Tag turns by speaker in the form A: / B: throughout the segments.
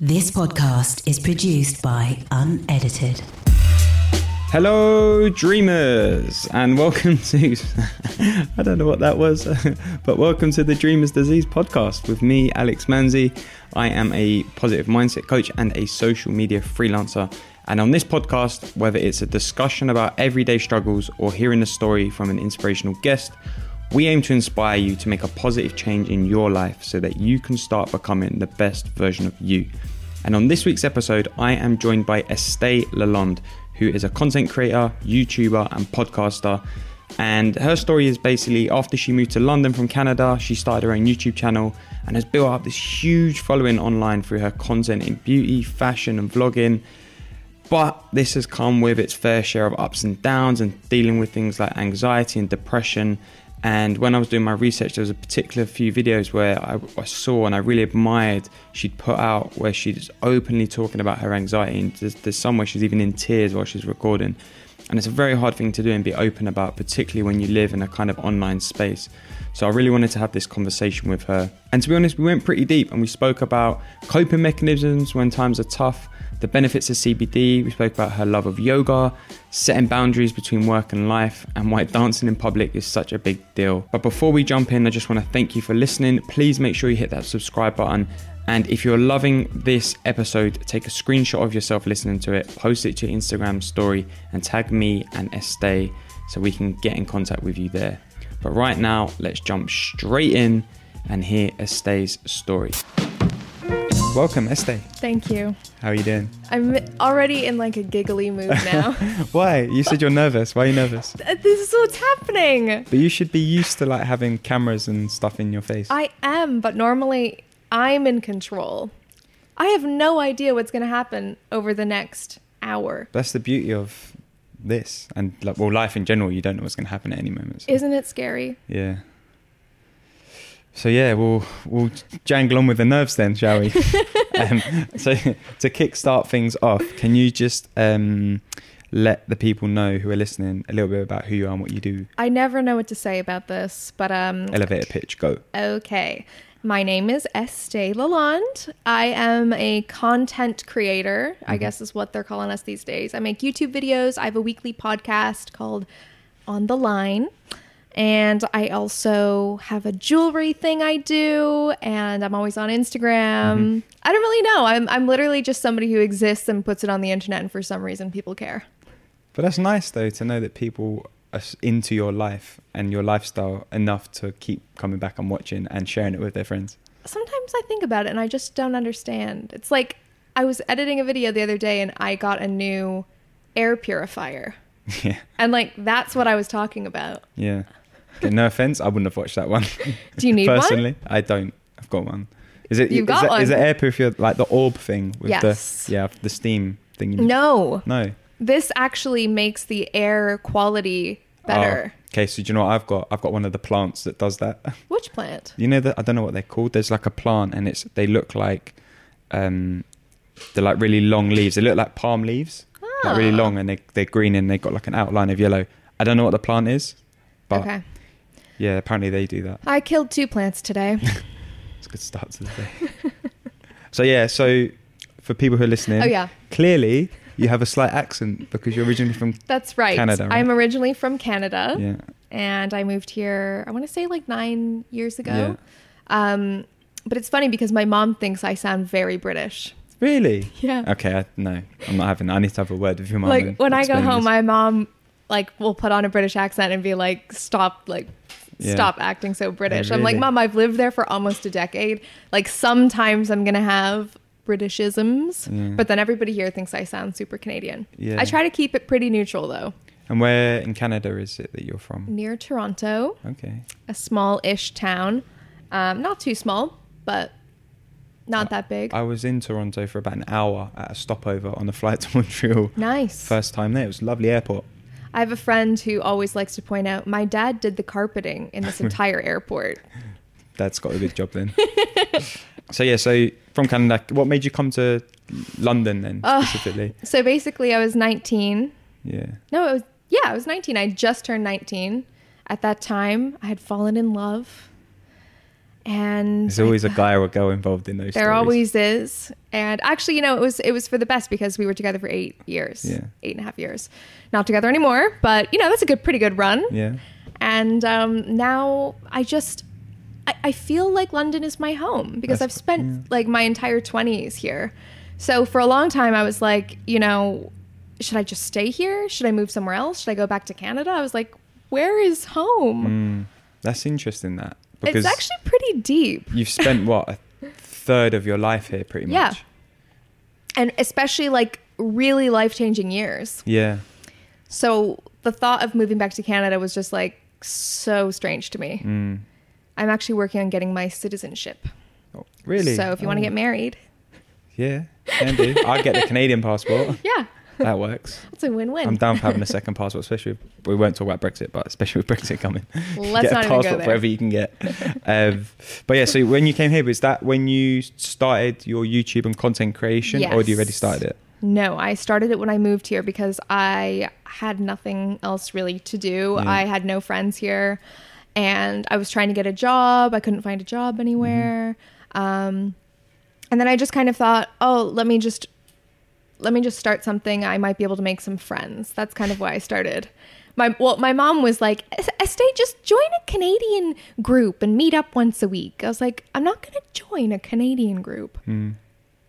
A: This podcast is produced by Unedited.
B: Hello, dreamers, and welcome to. I don't know what that was, but welcome to the Dreamers Disease podcast with me, Alex Manzi. I am a positive mindset coach and a social media freelancer. And on this podcast, whether it's a discussion about everyday struggles or hearing a story from an inspirational guest, we aim to inspire you to make a positive change in your life so that you can start becoming the best version of you. And on this week's episode, I am joined by Estee Lalonde, who is a content creator, YouTuber, and podcaster. And her story is basically after she moved to London from Canada, she started her own YouTube channel and has built up this huge following online through her content in beauty, fashion, and vlogging. But this has come with its fair share of ups and downs and dealing with things like anxiety and depression. And when I was doing my research, there was a particular few videos where I, I saw and I really admired she'd put out where she's openly talking about her anxiety. And there's, there's some where she's even in tears while she's recording. And it's a very hard thing to do and be open about, particularly when you live in a kind of online space. So I really wanted to have this conversation with her. And to be honest, we went pretty deep and we spoke about coping mechanisms when times are tough, the benefits of CBD, we spoke about her love of yoga, setting boundaries between work and life, and why dancing in public is such a big deal. But before we jump in, I just want to thank you for listening. Please make sure you hit that subscribe button. And if you're loving this episode, take a screenshot of yourself listening to it, post it to your Instagram story, and tag me and Estee so we can get in contact with you there. But right now, let's jump straight in and hear Estee's story. Welcome, Estee.
C: Thank you.
B: How are you doing?
C: I'm already in like a giggly mood now. Uh,
B: Why? You said you're nervous. Why are you nervous?
C: this is what's happening.
B: But you should be used to like having cameras and stuff in your face.
C: I am, but normally I'm in control. I have no idea what's going to happen over the next hour.
B: That's the beauty of this and like well life in general. You don't know what's going to happen at any moment. so-
C: Isn't it scary?
B: yeah. So yeah, we'll we'll jangle on with the nerves then, shall we? um, so to kickstart things off, can you just um, let the people know who are listening a little bit about who you are and what you do?
C: I never know what to say about this, but um
B: Elevator pitch, go.
C: okay. My name is Estee Lalonde. I am a content creator, I guess is what they're calling us these days. I make YouTube videos. I have a weekly podcast called On the Line. And I also have a jewelry thing I do, and I'm always on Instagram. I don't really know. I'm, I'm literally just somebody who exists and puts it on the internet, and for some reason, people care.
B: But that's nice though to know that people are s- into your life and your lifestyle enough to keep coming back and watching and sharing it with their friends.
C: sometimes I think about it and I just don't understand. It's like I was editing a video the other day and I got a new air purifier.
B: yeah,
C: And like that's what I was talking about.
B: yeah. Okay, no offense, I wouldn't have watched that one.
C: Do you need one?
B: Personally, I don't. I've got one. Is it?
C: You've
B: is
C: got
B: that- is
C: one.
B: it air purifier like the orb thing with
C: Yes.
B: the yeah the steam thing? you-
C: No.
B: no.
C: This actually makes the air quality better.
B: Oh, okay, so do you know what I've got? I've got one of the plants that does that.
C: Which plant?
B: You know that I don't know what they're called. There's like a plant, and it's they look like, um, they're like really long leaves. They look like palm leaves, like really
C: Ah.
B: long, and they they're green and they've got like an outline of yellow. I don't know what the plant is, but
C: okay.
B: yeah, apparently they do that.
C: I killed two plants today.
B: It's a good start to the day. so yeah, so for people who are listening,
C: Oh, yeah.
B: clearly you have a slight accent because you're originally from
C: That's right.
B: Canada, right?
C: I'm originally from Canada.
B: yeah.
C: and I moved here, I want to say like nine years
B: Yeah.
C: ago. Um, but it's funny because my mom thinks I sound very British.
B: Really?
C: Yeah.
B: Okay, I, no, I'm not having. I need to have a word with your mum.
C: like
B: and
C: when I go
B: explain
C: home,
B: this.
C: my mom like will put on a British accent and be like, "Stop, like."
B: Yeah.
C: Stop acting so British. I'm
B: really?
C: like, Mom, I've lived there for almost a decade. Like, sometimes I'm going to have Britishisms,
B: Yeah.
C: but then everybody here thinks I sound super Canadian.
B: Yeah.
C: I try to keep it pretty neutral, though.
B: and where in Canada is it that you're from?
C: Near Toronto,
B: Okay.
C: a small ish town. Um, not too small, but not that big.
B: I was in Toronto for about an hour at a stopover on the flight to Montreal.
C: nice.
B: First time there, it was a lovely airport.
C: I have a friend who always likes to point out my dad did the carpeting in this entire airport.
B: Dad's got a good job then. so yeah, so from Canada, what made you come to London then
C: Oh.
B: specifically?
C: So basically, I was 19.
B: Yeah,
C: No, it was, yeah, I was 19. I just turned 19. At that time, I had fallen in love. And
D: There's always a guy or a girl involved in those.
C: there
D: stories.
C: always is. And actually, you know, it was it was for the best because we were together for eight years,
D: Yeah.
C: eight and a half years. Not together anymore, but you know, that's a good, pretty good run.
D: Yeah.
C: And um, now I just, I, I feel like London is my home because
D: That's-
C: I've spent
D: yeah.
C: like my entire 20s here. So for a long time, I was like, you know, should I just stay here? Should I move somewhere else? Should I go back to Canada? I was like, where is home?
D: Mm, that's interesting. That because
C: it's actually pretty deep.
D: you've spent what a third of your life here, pretty
C: Yeah.
D: much.
C: And especially like really life changing years.
D: Yeah.
C: So the thought of moving back to Canada was just like so strange to me.
D: Mm.
C: I'm actually working on getting my citizenship.
D: Oh, really.
C: So if you want to get married,
D: Yeah. Can do. I get the Canadian passport.
C: yeah,
D: That works.
C: that's a win-win.
D: I'm down for having a second passport, especially if, we won't talk about Brexit, but especially with Brexit coming.
C: Let's
D: get
C: not
D: a
C: even go
D: passport
C: there.
D: wherever you can get. Um, but yeah, so when you came here, was that when you started your YouTube and content creation, or had you already
C: Yes.
D: started it?
C: No, I started it when I moved here because I had nothing else really to do.
D: Yeah.
C: I had no friends here and I was trying to get a job. I couldn't find a job anywhere. Um, and then I just kind of thought, oh, let me just let me just start something. I might be able to make some friends. That's kind of why I started. My well, my mom was like, "Es- "Estee, just join a Canadian group and meet up once a week." I was like, "I'm not going to join a Canadian group.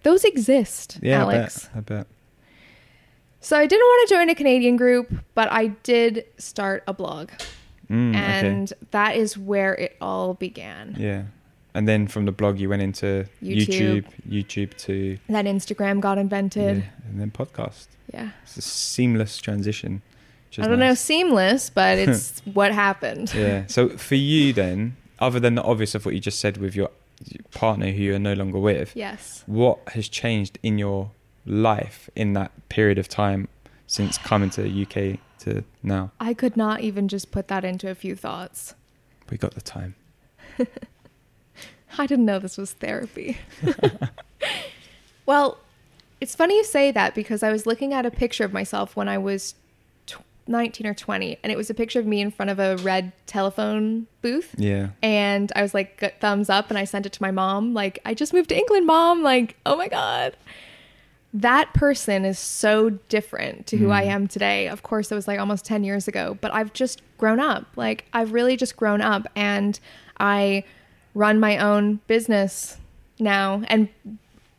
C: Those exist,
D: Hmm. Yeah,
C: Alex."
D: I bet. I bet.
C: So I didn't want to join a Canadian group, but I did start a blog.
D: Mm,
C: and that is where it all began.
D: okay. yeah, and then from the blog you went into
C: YouTube.
D: YouTube, YouTube, to
C: Then Instagram got invented.
D: yeah, and then podcast.
C: Yeah.
D: It's a seamless transition. Which is
C: I don't know,
D: nice.
C: seamless, but it's what happened.
D: yeah. So for you then, other than the obvious of what you just said with your partner who you are no longer with,
C: Yes.
D: what has changed in your life in that period of time since coming to the UK to now?
C: I could not even just put that into a few thoughts.
D: We got the time.
C: I didn't know this was therapy. well, it's funny you say that because I was looking at a picture of myself when I was tw- 19 or 20, and it was a picture of me in front of a red telephone booth.
D: Yeah.
C: and I was like gu- thumbs up and I sent it to my mom like I just moved to England mom like oh my god that person is so different to who I am today of course it was like almost 10 years ago but I've just grown up like I've really just grown up and I run my own business now and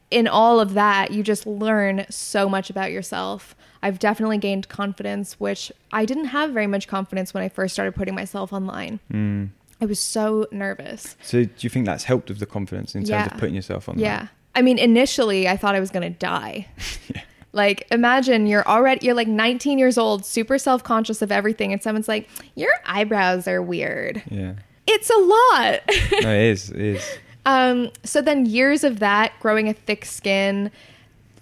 C: in all of that, you just learn so much about yourself. I've definitely gained confidence, which I didn't have very much confidence when I first started putting myself online. I was so nervous.
D: So do you think that's helped with the confidence in terms
C: Yeah.
D: of putting yourself on?
C: Yeah. I mean, initially, I thought I was going to die. Like, imagine you're already, you're like 19 years old, super self conscious of everything, and someone's like, Your eyebrows are weird.
D: That? Yeah.
C: It's a lot.
D: No, it is. It is.
C: Um, so then years of that, growing a thick skin,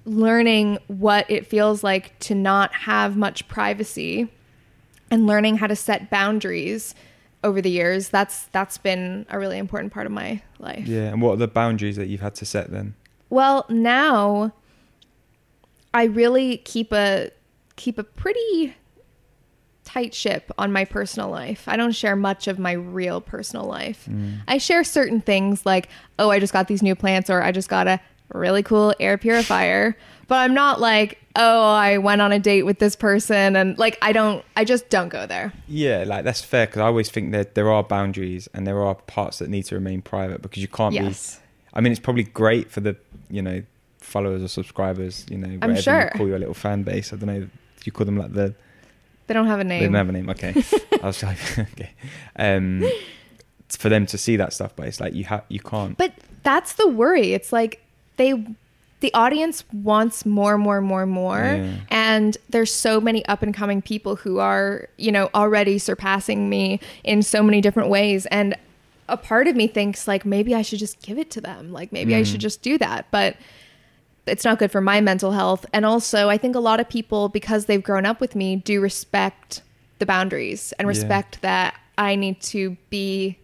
C: learning what it feels like to not have much privacy, and learning how to set boundaries over the years. That's that's been a really important part of my life.
D: Yeah. And what are the boundaries that you've had to set then?
C: Well, now I really keep a keep a pretty tight ship on my personal life. I don't share much of my real personal life. I share certain things like, "Oh, I just got these new plants," or "I just got a really cool air purifier." but I'm not like, "Oh, I went on a date with this person," and like I don't. I just don't go there.
D: Yeah, like that's fair because I always think that there are boundaries and there are parts that need to remain private because you can't
C: Yes.
D: be. I mean, it's probably great for the you know followers or subscribers, you know, whatever
C: sure.
D: you call your little fan base. I don't know. You call them like the
C: They don't have a
D: they
C: name.
D: don't have a name. Okay, I was like, okay, um, for them to see that stuff, but it's like you ha- you can't.
C: But that's the worry. It's like they the audience wants more, more, more, more.
D: Yeah.
C: And there's so many up and coming people who are, you know, already surpassing me in so many different ways. And a part of me thinks like maybe I should just give it to them. Like maybe I
D: Mm.
C: should just do that. But it's not good for my mental health. And also, I think a lot of people, because they've grown up with me, do respect the boundaries and
D: Yeah.
C: respect that I need to be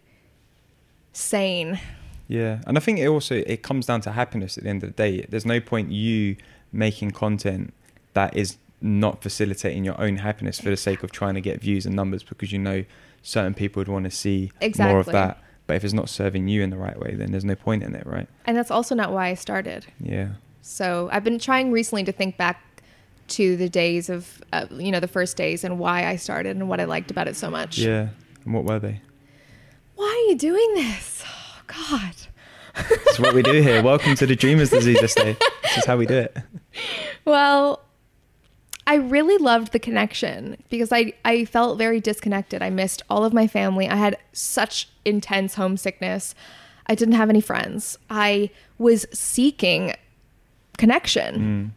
C: sane.
D: Yeah, and I think it also it comes down to happiness at the end of the day. There's no point you making content that is not facilitating your own happiness for the sake of trying to get views and numbers because you know certain people would want to see more of
C: Exactly.
D: that. But if it's not serving you in the right way, then there's no point in it, right?
C: And that's also not why I started.
D: Yeah.
C: So I've been trying recently to think back to the days of, uh, you know, the first days and why I started and what I liked about it so much.
D: Yeah. And what were they?
C: Why are you doing this? Oh, God.
D: It's what we do here. Welcome to the Dreamer's Disease Estate. This is how we do it.
C: Well, I really loved the connection because I, I felt very disconnected. I missed all of my family. I had such intense homesickness. I didn't have any friends. I was seeking connection.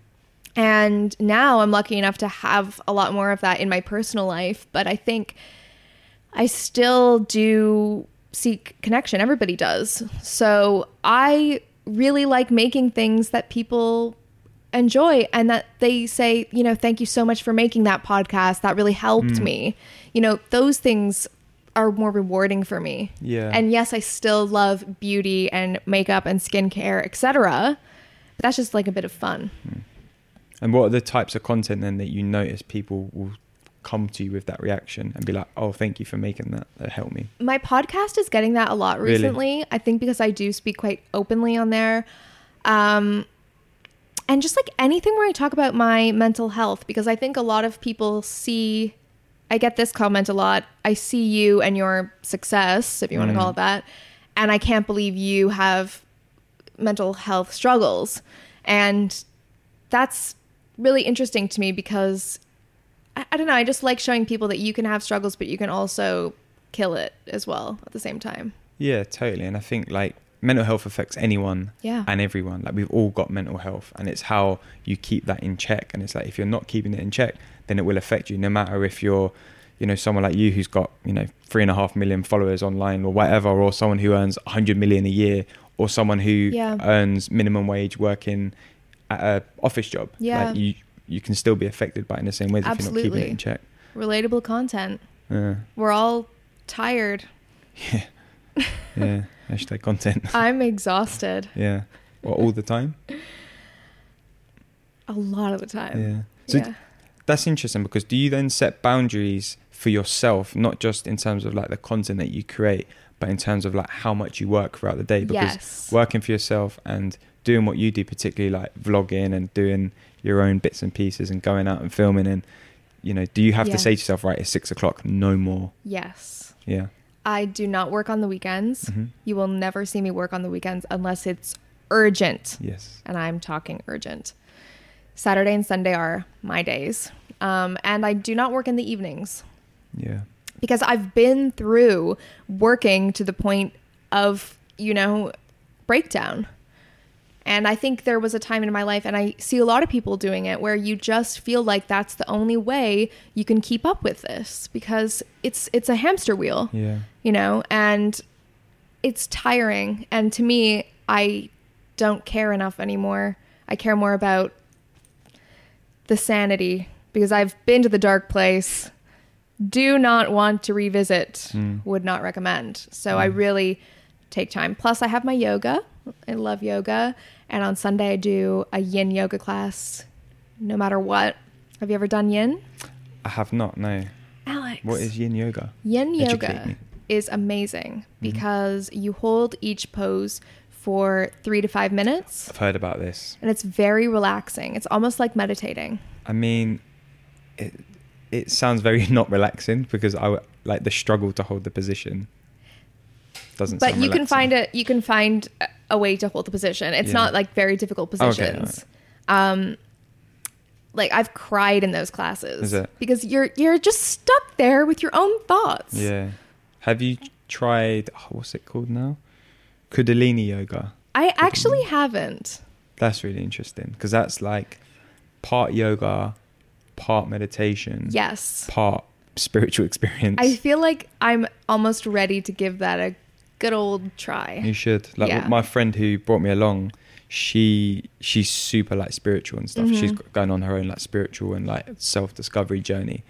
C: And now I'm lucky enough to have a lot more of that in my personal life. But I think I still do seek connection. Everybody does. So I really like making things that people enjoy and that they say, you know, thank you so much for making that podcast. That really helped me. You know, those things are more rewarding for me.
D: Yeah.
C: And yes, I still love beauty and makeup and skincare, etc. But that's just like a bit of fun.
D: And what are the types of content then that you notice people will come to you with that reaction and be like, oh, thank you for making that. That helped me.
C: my podcast is getting that a lot
D: Really?
C: recently. I think because I do speak quite openly on there. Um and just like anything where I talk about my mental health because I think a lot of people see I get this comment a lot. I see you and your success, if you want to call it that, and I can't believe you have mental health struggles. And that's really interesting to me because I, I don't know. I just like showing people that you can have struggles, but you can also kill it as well at the same time.
D: Yeah, totally. And I think like mental health affects anyone
C: Yeah.
D: and everyone. Like we've all got mental health and it's how you keep that in check. And it's like if you're not keeping it in check, then it will affect you no matter if you're, you know, someone like you who's got, you know, three and a half million followers online or whatever, or someone who earns a hundred million a year or someone who
C: Yeah.
D: earns minimum wage working at a office job.
C: Yeah.
D: Like you you can still be affected by it in the same ways if you're not
C: Absolutely.
D: keeping it in check.
C: Relatable content.
D: Yeah.
C: We're all tired.
D: Yeah. Yeah. Hashtag content.
C: I'm exhausted
D: Yeah. Well, all the time.
C: a lot of the time.
D: Yeah. So
C: yeah.
D: that's interesting because do you then set boundaries for yourself, not just in terms of like the content that you create, but in terms of like how much you work throughout the day? Because
C: Yes.
D: working for yourself and doing what you do, particularly like vlogging and doing your own bits and pieces and going out and filming and you know, do you have
C: Yeah.
D: to say to yourself, right, it's six o'clock, no more.
C: Yes.
D: Yeah.
C: I do not work on the weekends.
D: Mhm.
C: You will never see me work on the weekends unless it's urgent.
D: Yes.
C: and I'm talking urgent. Saturday and Sunday are my days. Um, and I do not work in the evenings
D: Yeah.
C: because I've been through working to the point of, you know, breakdown. And I think there was a time in my life, and I see a lot of people doing it, where you just feel like that's the only way you can keep up with this because it's it's a hamster wheel
D: Yeah.
C: you know, and it's tiring. And to me, I don't care enough anymore. I care more about the sanity because I've been to the dark place. Do not want to revisit,
D: Hmm.
C: would not recommend. So I really take time. Plus, I have my yoga. I love yoga. And on Sunday, I do a yin yoga class no matter what. Have you ever done yin?
D: I have not, no.
C: Alex.
D: What is yin yoga?
C: Yin
D: Educate
C: yoga
D: me.
C: is amazing because you hold each pose for three to five minutes
D: I've heard about this.
C: and it's very relaxing. It's almost like meditating.
D: I mean, it it sounds very not relaxing because I w- like the struggle to hold the position doesn't.
C: But
D: sound
C: you can
D: relaxing.
C: find a you can find a- a way to hold the position. It's
D: Yeah.
C: not like very difficult
D: all right.
C: positions. Um like I've cried in those classes
D: Is it?
C: because you're you're just stuck there with your own thoughts.
D: Yeah. Have you tried? Oh, what's it called now? Kundalini yoga.
C: I actually haven't.
D: That's really interesting because that's like part yoga, part meditation,
C: Yes.
D: part spiritual experience.
C: I feel like I'm almost ready to give that a good old try.
D: You should. Like
C: Yeah.
D: my friend who brought me along, she she's super like spiritual and stuff.
C: Mm-hmm.
D: She's going on her own like spiritual and like self discovery journey.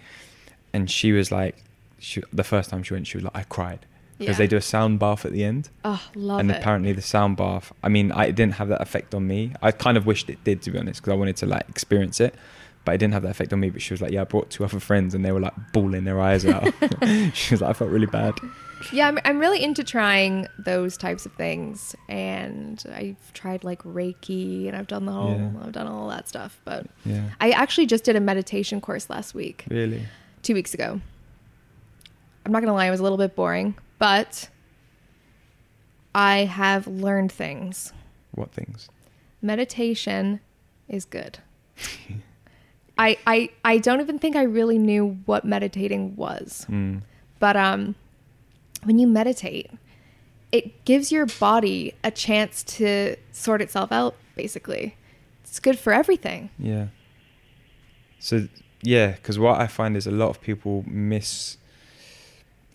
D: And she was like, she, the first time she went, she was like, I cried because
C: Yeah.
D: they do a sound bath at the end.
C: Oh, love
D: and
C: it.
D: apparently the sound bath. I mean, I, it didn't have that effect on me. I kind of wished it did, to be honest, because I wanted to like experience it. But it didn't have that effect on me. But she was like, yeah, I brought two other friends, and they were like bawling their eyes out. she was like, I felt really bad.
C: Yeah, I'm, I'm really into trying those types of things, and I've tried like Reiki, and I've done the whole,
D: Yeah.
C: I've done all that stuff. But
D: Yeah,
C: I actually just did a meditation course last week,
D: really.
C: two weeks ago. I'm not gonna lie, it was a little bit boring, but I have learned things.
D: What things?
C: meditation is good. I, I I don't even think I really knew what meditating was. But um when you meditate, it gives your body a chance to sort itself out basically. It's good for everything.
D: Yeah. So yeah, because what I find is a lot of people miss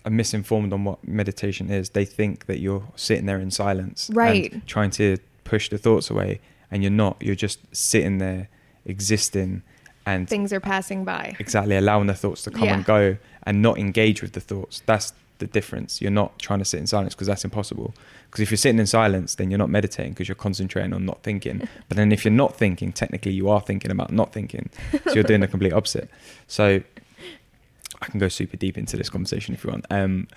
D: are misinformed on what meditation is. They think that you're sitting there in silence, and
C: Right.
D: trying to push the thoughts away, and you're not. You're just sitting there, existing, and
C: Things are passing by.
D: exactly allowing the thoughts to come
C: Yeah.
D: and go, and not engage with the thoughts. That's the difference. You're not trying to sit in silence because that's impossible. Because if you're sitting in silence, then you're not meditating because you're concentrating on not thinking. But then if you're not thinking, technically you are thinking about not thinking. So you're doing the complete opposite. So I can go super deep into this conversation if you want. Um,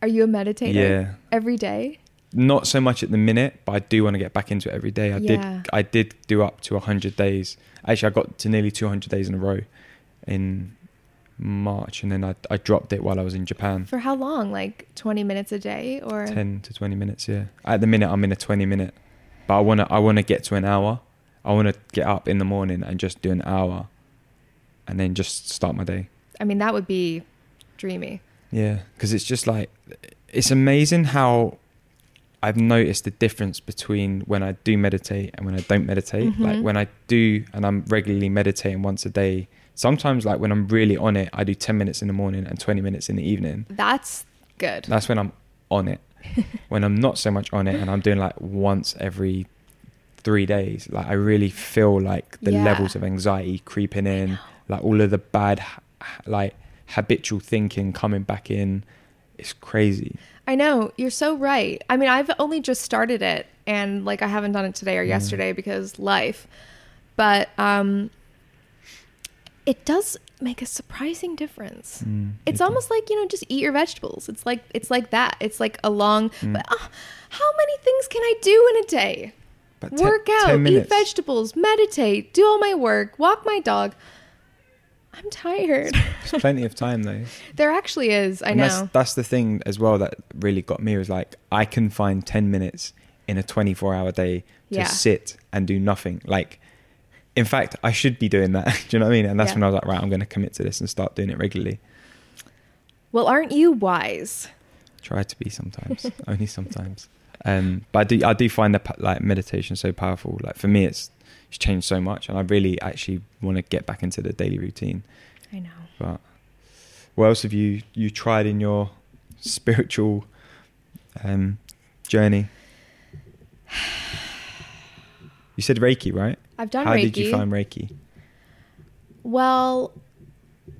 C: Are you a meditator?
D: Yeah.
C: Every day?
D: not so much at the minute, but I do want to get back into it every day. I
C: Yeah.
D: did I did do up to 100 days. Actually, I got to nearly 200 days in a row in March and then I, I dropped it while I was in Japan.
C: For how long? Like 20 minutes a day or
D: 10 to 20 minutes, yeah. At the minute I'm in a 20 minute, but I want to I want to get to an hour. I want to get up in the morning and just do an hour and then just start my day.
C: I mean that would be dreamy.
D: Yeah, because it's just like it's amazing how I've noticed the difference between when I do meditate and when I don't meditate. Like
C: Mhm.
D: when I do and I'm regularly meditating once a day. Sometimes, like when I'm really on it, I do ten minutes in the morning and twenty minutes in the evening.
C: That's good.
D: That's when I'm on it. when I'm not so much on it and I'm doing like once every three days, like I really feel like the
C: Yeah.
D: levels of anxiety creeping in, like all of the bad, h- h- like habitual thinking coming back in. It's crazy.
C: I know. You're so right. I mean, I've only just started it and like I haven't done it today or yesterday because life. But um it does make a surprising difference. it's almost like, you know, just eat your vegetables. It's like it's like that. It's like a long but ah, how many things can I do in a day?
D: But te-
C: Work
D: 10
C: out, eat
D: minutes.
C: vegetables, meditate, do all my work, walk my dog. I'm tired.
D: There's plenty of time though.
C: there actually is. I
D: and
C: know.
D: that's that's the thing as well that really got me was like I can find 10 minutes in a 24 hour day to
C: Yeah.
D: sit and do nothing like in fact I should be doing that do you know what I mean and that's
C: Yeah.
D: when I was like right I'm going to commit to this and start doing it regularly
C: well, aren't you wise?
D: try to be sometimes only sometimes um but I do I do find that like meditation so powerful like for me it's it's changed so much and I really actually want to get back into the daily routine
C: I know.
D: But what else have you you tried in your spiritual um, journey? You said Reiki, right?
C: I've done
D: How
C: Reiki.
D: did you find Reiki?
C: Well,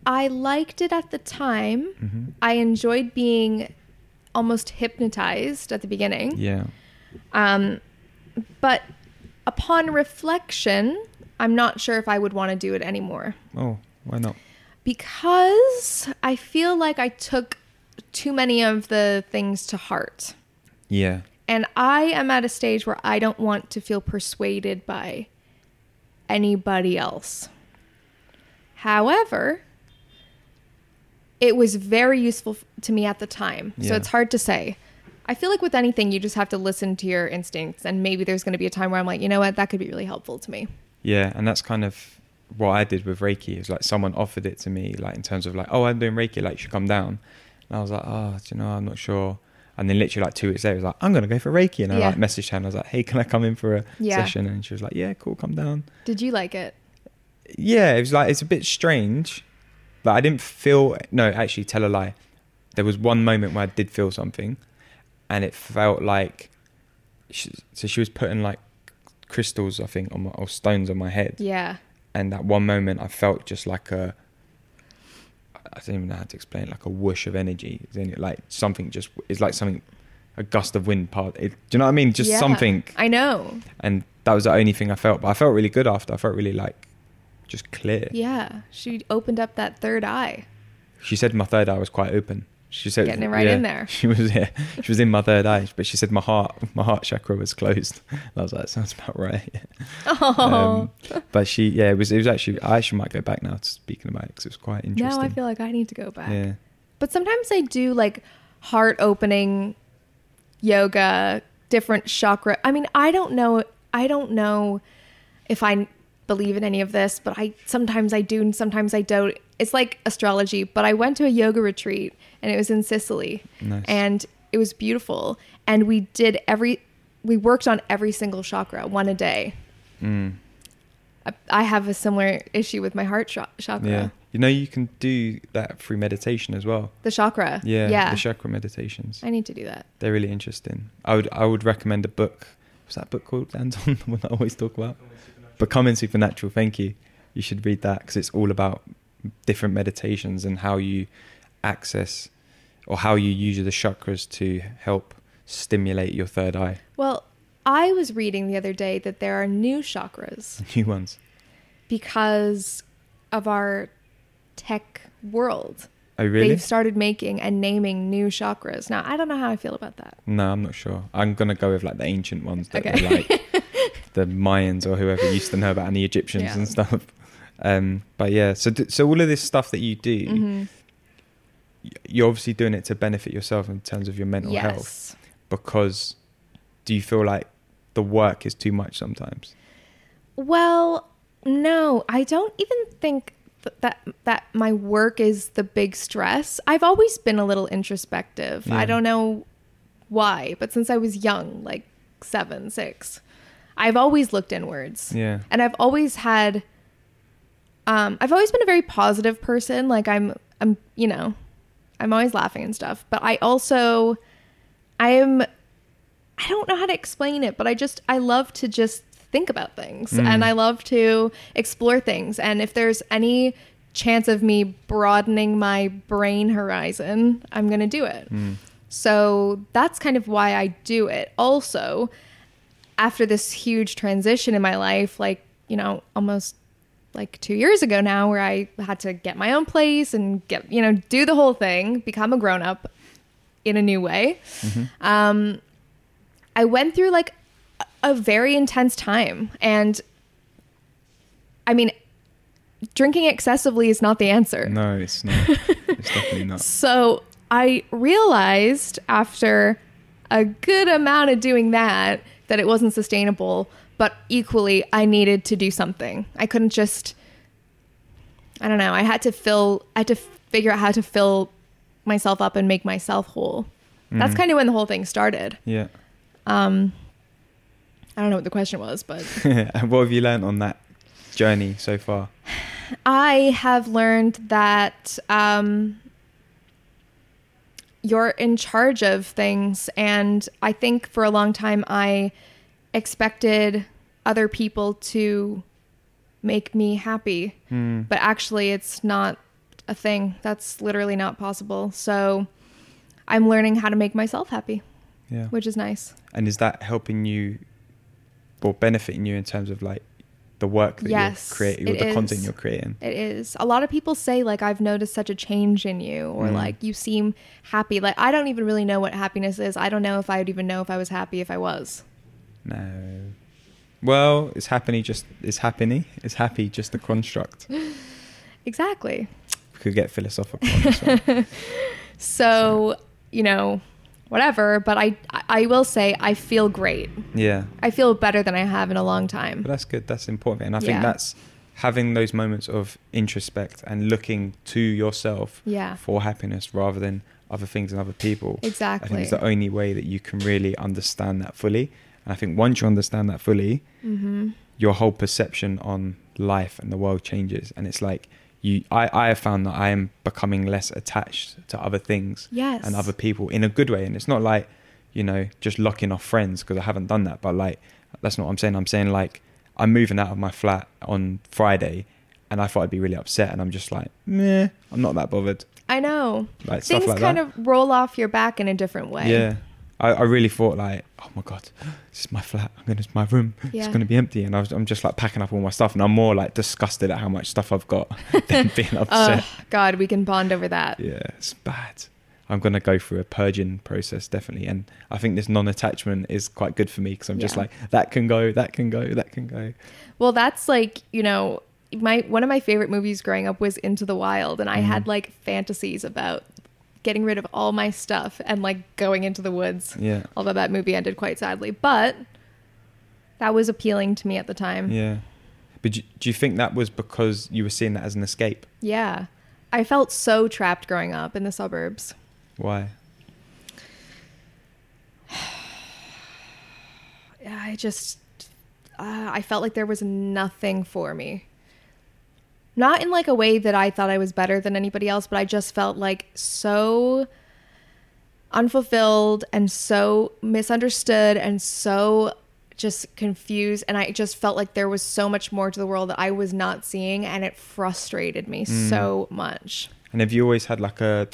C: I liked it at the time.
D: hmm
C: I enjoyed being almost hypnotized at the beginning.
D: Yeah,
C: Um, but upon reflection, I'm not sure if I would want to do it anymore
D: Oh, why not?
C: because I feel like I took too many of the things to heart.
D: Yeah,
C: And I am at a stage where I don't want to feel persuaded by anybody else. However, it was very useful f- to me at the time. So
D: Yeah.
C: it's hard to say. I feel like with anything, you just have to listen to your instincts. And maybe there's going to be a time where I'm like, you know what, that could be really helpful to me.
D: yeah, and that's kind of what I did with Reiki. Is like someone offered it to me, like in terms of like, oh, I'm doing Reiki, like you should come down, and I was like, oh, do you know, I'm not sure. And then literally like two weeks later, I was like, I'm gonna go for Reiki, and I
C: Yeah.
D: like messaged her and I was like, hey, can I come in for a
C: Yeah.
D: session? And she was like, yeah, cool, come down.
C: Did you like it?
D: yeah, it was like it's a bit strange. Like I didn't feel no, actually tell a lie. There was one moment where I did feel something and it felt like she, so she was putting like crystals I think on my or stones on my head
C: Yeah.
D: and that one moment I felt just like a I don't even know how to explain it, like a whoosh of energy. It's in it, Like something just it's like something a gust of wind part. It, do you know what I mean? Just
C: Yeah.
D: something
C: I know.
D: and that was the only thing I felt. But I felt really good after. I felt really like just clear.
C: Yeah, she opened up that third eye.
D: She said my third eye was quite open. She said
C: Getting it right
D: yeah,
C: in there.
D: She was yeah, she was in my third eye, but she said my heart my heart chakra was closed. And I was like, sounds about right.
C: Oh,
D: Um, but she yeah, it was it was actually I actually might go back now to speaking about it because it was quite
C: now
D: interesting.
C: I feel like I need to go back.
D: yeah.
C: But sometimes I do like heart opening yoga, different chakra. I mean, I don't know. I don't know if I believe in any of this, but I sometimes I do and sometimes I don't. It's like astrology, but I went to a yoga retreat and it was in Sicily.
D: Nice.
C: And it was beautiful and we did every we worked on every single chakra one a day.
D: Mm,
C: I, I have a similar issue with my heart cha- chakra.
D: Yeah. You know you can do that through meditation as well.
C: The chakra.
D: Yeah.
C: Yeah.
D: The chakra meditations.
C: I need to do that.
D: They're really interesting. I would I would recommend a book. What's that book called, Anton? The one I always talk about. Becoming Supernatural. Thank you. You should read that because it's all about different meditations and how you access or how you use the chakras to help stimulate your third eye.
C: Well, I was reading the other day that there are new chakras
D: New ones.
C: because of our tech world.
D: Oh really?
C: They've started making and naming new chakras. Now, I don't know how I feel about that.
D: No, I'm not sure. I'm gonna go with like the ancient ones that
C: Okay.
D: were like the Mayans or whoever used to know about, and the Egyptians
C: Yeah.
D: and stuff. Um, but yeah, so d- so all of this stuff that you do,
C: Mm-hmm.
D: y- you're obviously doing it to benefit yourself in terms of your mental health.
C: yes.
D: Because do you feel like the work is too much sometimes?
C: Well, no, I don't even think th- that that my work is the big stress. I've always been a little introspective.
D: Yeah.
C: I don't know why, but since I was young, like 7, 6, I've always looked inwards.
D: Yeah.
C: And I've always had um I've always been a very positive person. Like I'm I'm, you know, I'm always laughing and stuff, but I also I am I don't know how to explain it, but I just I love to just think about things and I love to explore things and if there's any chance of me broadening my brain horizon, I'm going to do it. So that's kind of why I do it. Also, after this huge transition in my life, like, you know, almost like two years ago now, where I had to get my own place and get, you know, do the whole thing, become a grown up in a new way. Um, I went through like a- a very intense time. And I mean, drinking excessively is not the answer.
D: No, it's not. it's definitely not.
C: So I realized after a good amount of doing that that it wasn't sustainable, but equally I needed to do something. I couldn't just I don't know, I had to fill I had to figure out how to fill myself up and make myself whole. That's kind of when the whole thing started.
D: Yeah.
C: Um I don't know what the question was, but
D: and what have you learned on that journey so far?
C: I have learned that um, you're in charge of things. And I think for a long time, I expected other people to make me happy. But actually, it's not a thing. That's literally not possible. So I'm learning how to make myself happy,
D: Yeah.
C: which is nice.
D: And is that helping you or benefiting you in terms of like the work that
C: Yes,
D: you're creating or
C: it
D: the content
C: is.
D: you're creating?
C: It is. A lot of people say like I've noticed such a change in you or
D: Mm.
C: like you seem happy. Like I don't even really know what happiness is. I don't know if I would even know if I was happy if I was.
D: No. Well, it's happening just it's happening. It's happy just a construct. We
C: Exactly.
D: could get philosophical on this one.
C: So, you know, whatever, but I I will say I feel great.
D: Yeah.
C: I feel better than I have in a long time.
D: But that's good, that's important. And I think
C: Yeah.
D: that's having those moments of introspect and looking to yourself
C: Yeah.
D: for happiness rather than other things and other people. I think
C: Exactly.
D: it's the only way that you can really understand that fully. And I think once you understand that fully,
C: Mm-hmm.
D: your whole perception on life and the world changes. And it's like you, I, I have found that I am becoming less attached to other things
C: Yes.
D: and other people in a good way. And it's not like, you know, just locking off friends because I haven't done that. But like, that's not what I'm saying. I'm saying like, I'm moving out of my flat on Friday and I thought I'd be really upset. And I'm just like, meh, I'm not that bothered.
C: I know.
D: Like, stuff
C: Things
D: like
C: kind
D: that.
C: of roll off your back in a different way.
D: Yeah. I, I really thought like, oh my god, this is my flat. I'm gonna, it's my room.
C: Yeah.
D: It's gonna be empty, and I was, I'm just like packing up all my stuff, and I'm more like disgusted at how much stuff I've got than being
C: Oh
D: upset.
C: God, we can bond over that.
D: Yeah, it's bad. I'm gonna go through a purging process definitely, and I think this non-attachment is quite good for me because I'm just
C: Yeah.
D: like that can go, that can go, that can go.
C: Well, that's like, you know, my one of my favorite movies growing up was Into the Wild and I
D: Mm-hmm.
C: had like fantasies about getting rid of all my stuff and like going into the woods.
D: Yeah.
C: Although that movie ended quite sadly, but that was appealing to me at the time.
D: Yeah. But do, do you think that was because you were seeing that as an escape?
C: Yeah. I felt so trapped growing up in the suburbs.
D: Why?
C: I just, uh, I felt like there was nothing for me. Not in like a way that I thought I was better than anybody else, but I just felt like so unfulfilled and so misunderstood and so just confused. And I just felt like there was so much more to the world that I was not seeing, and it frustrated me so much.
D: And have you always had like a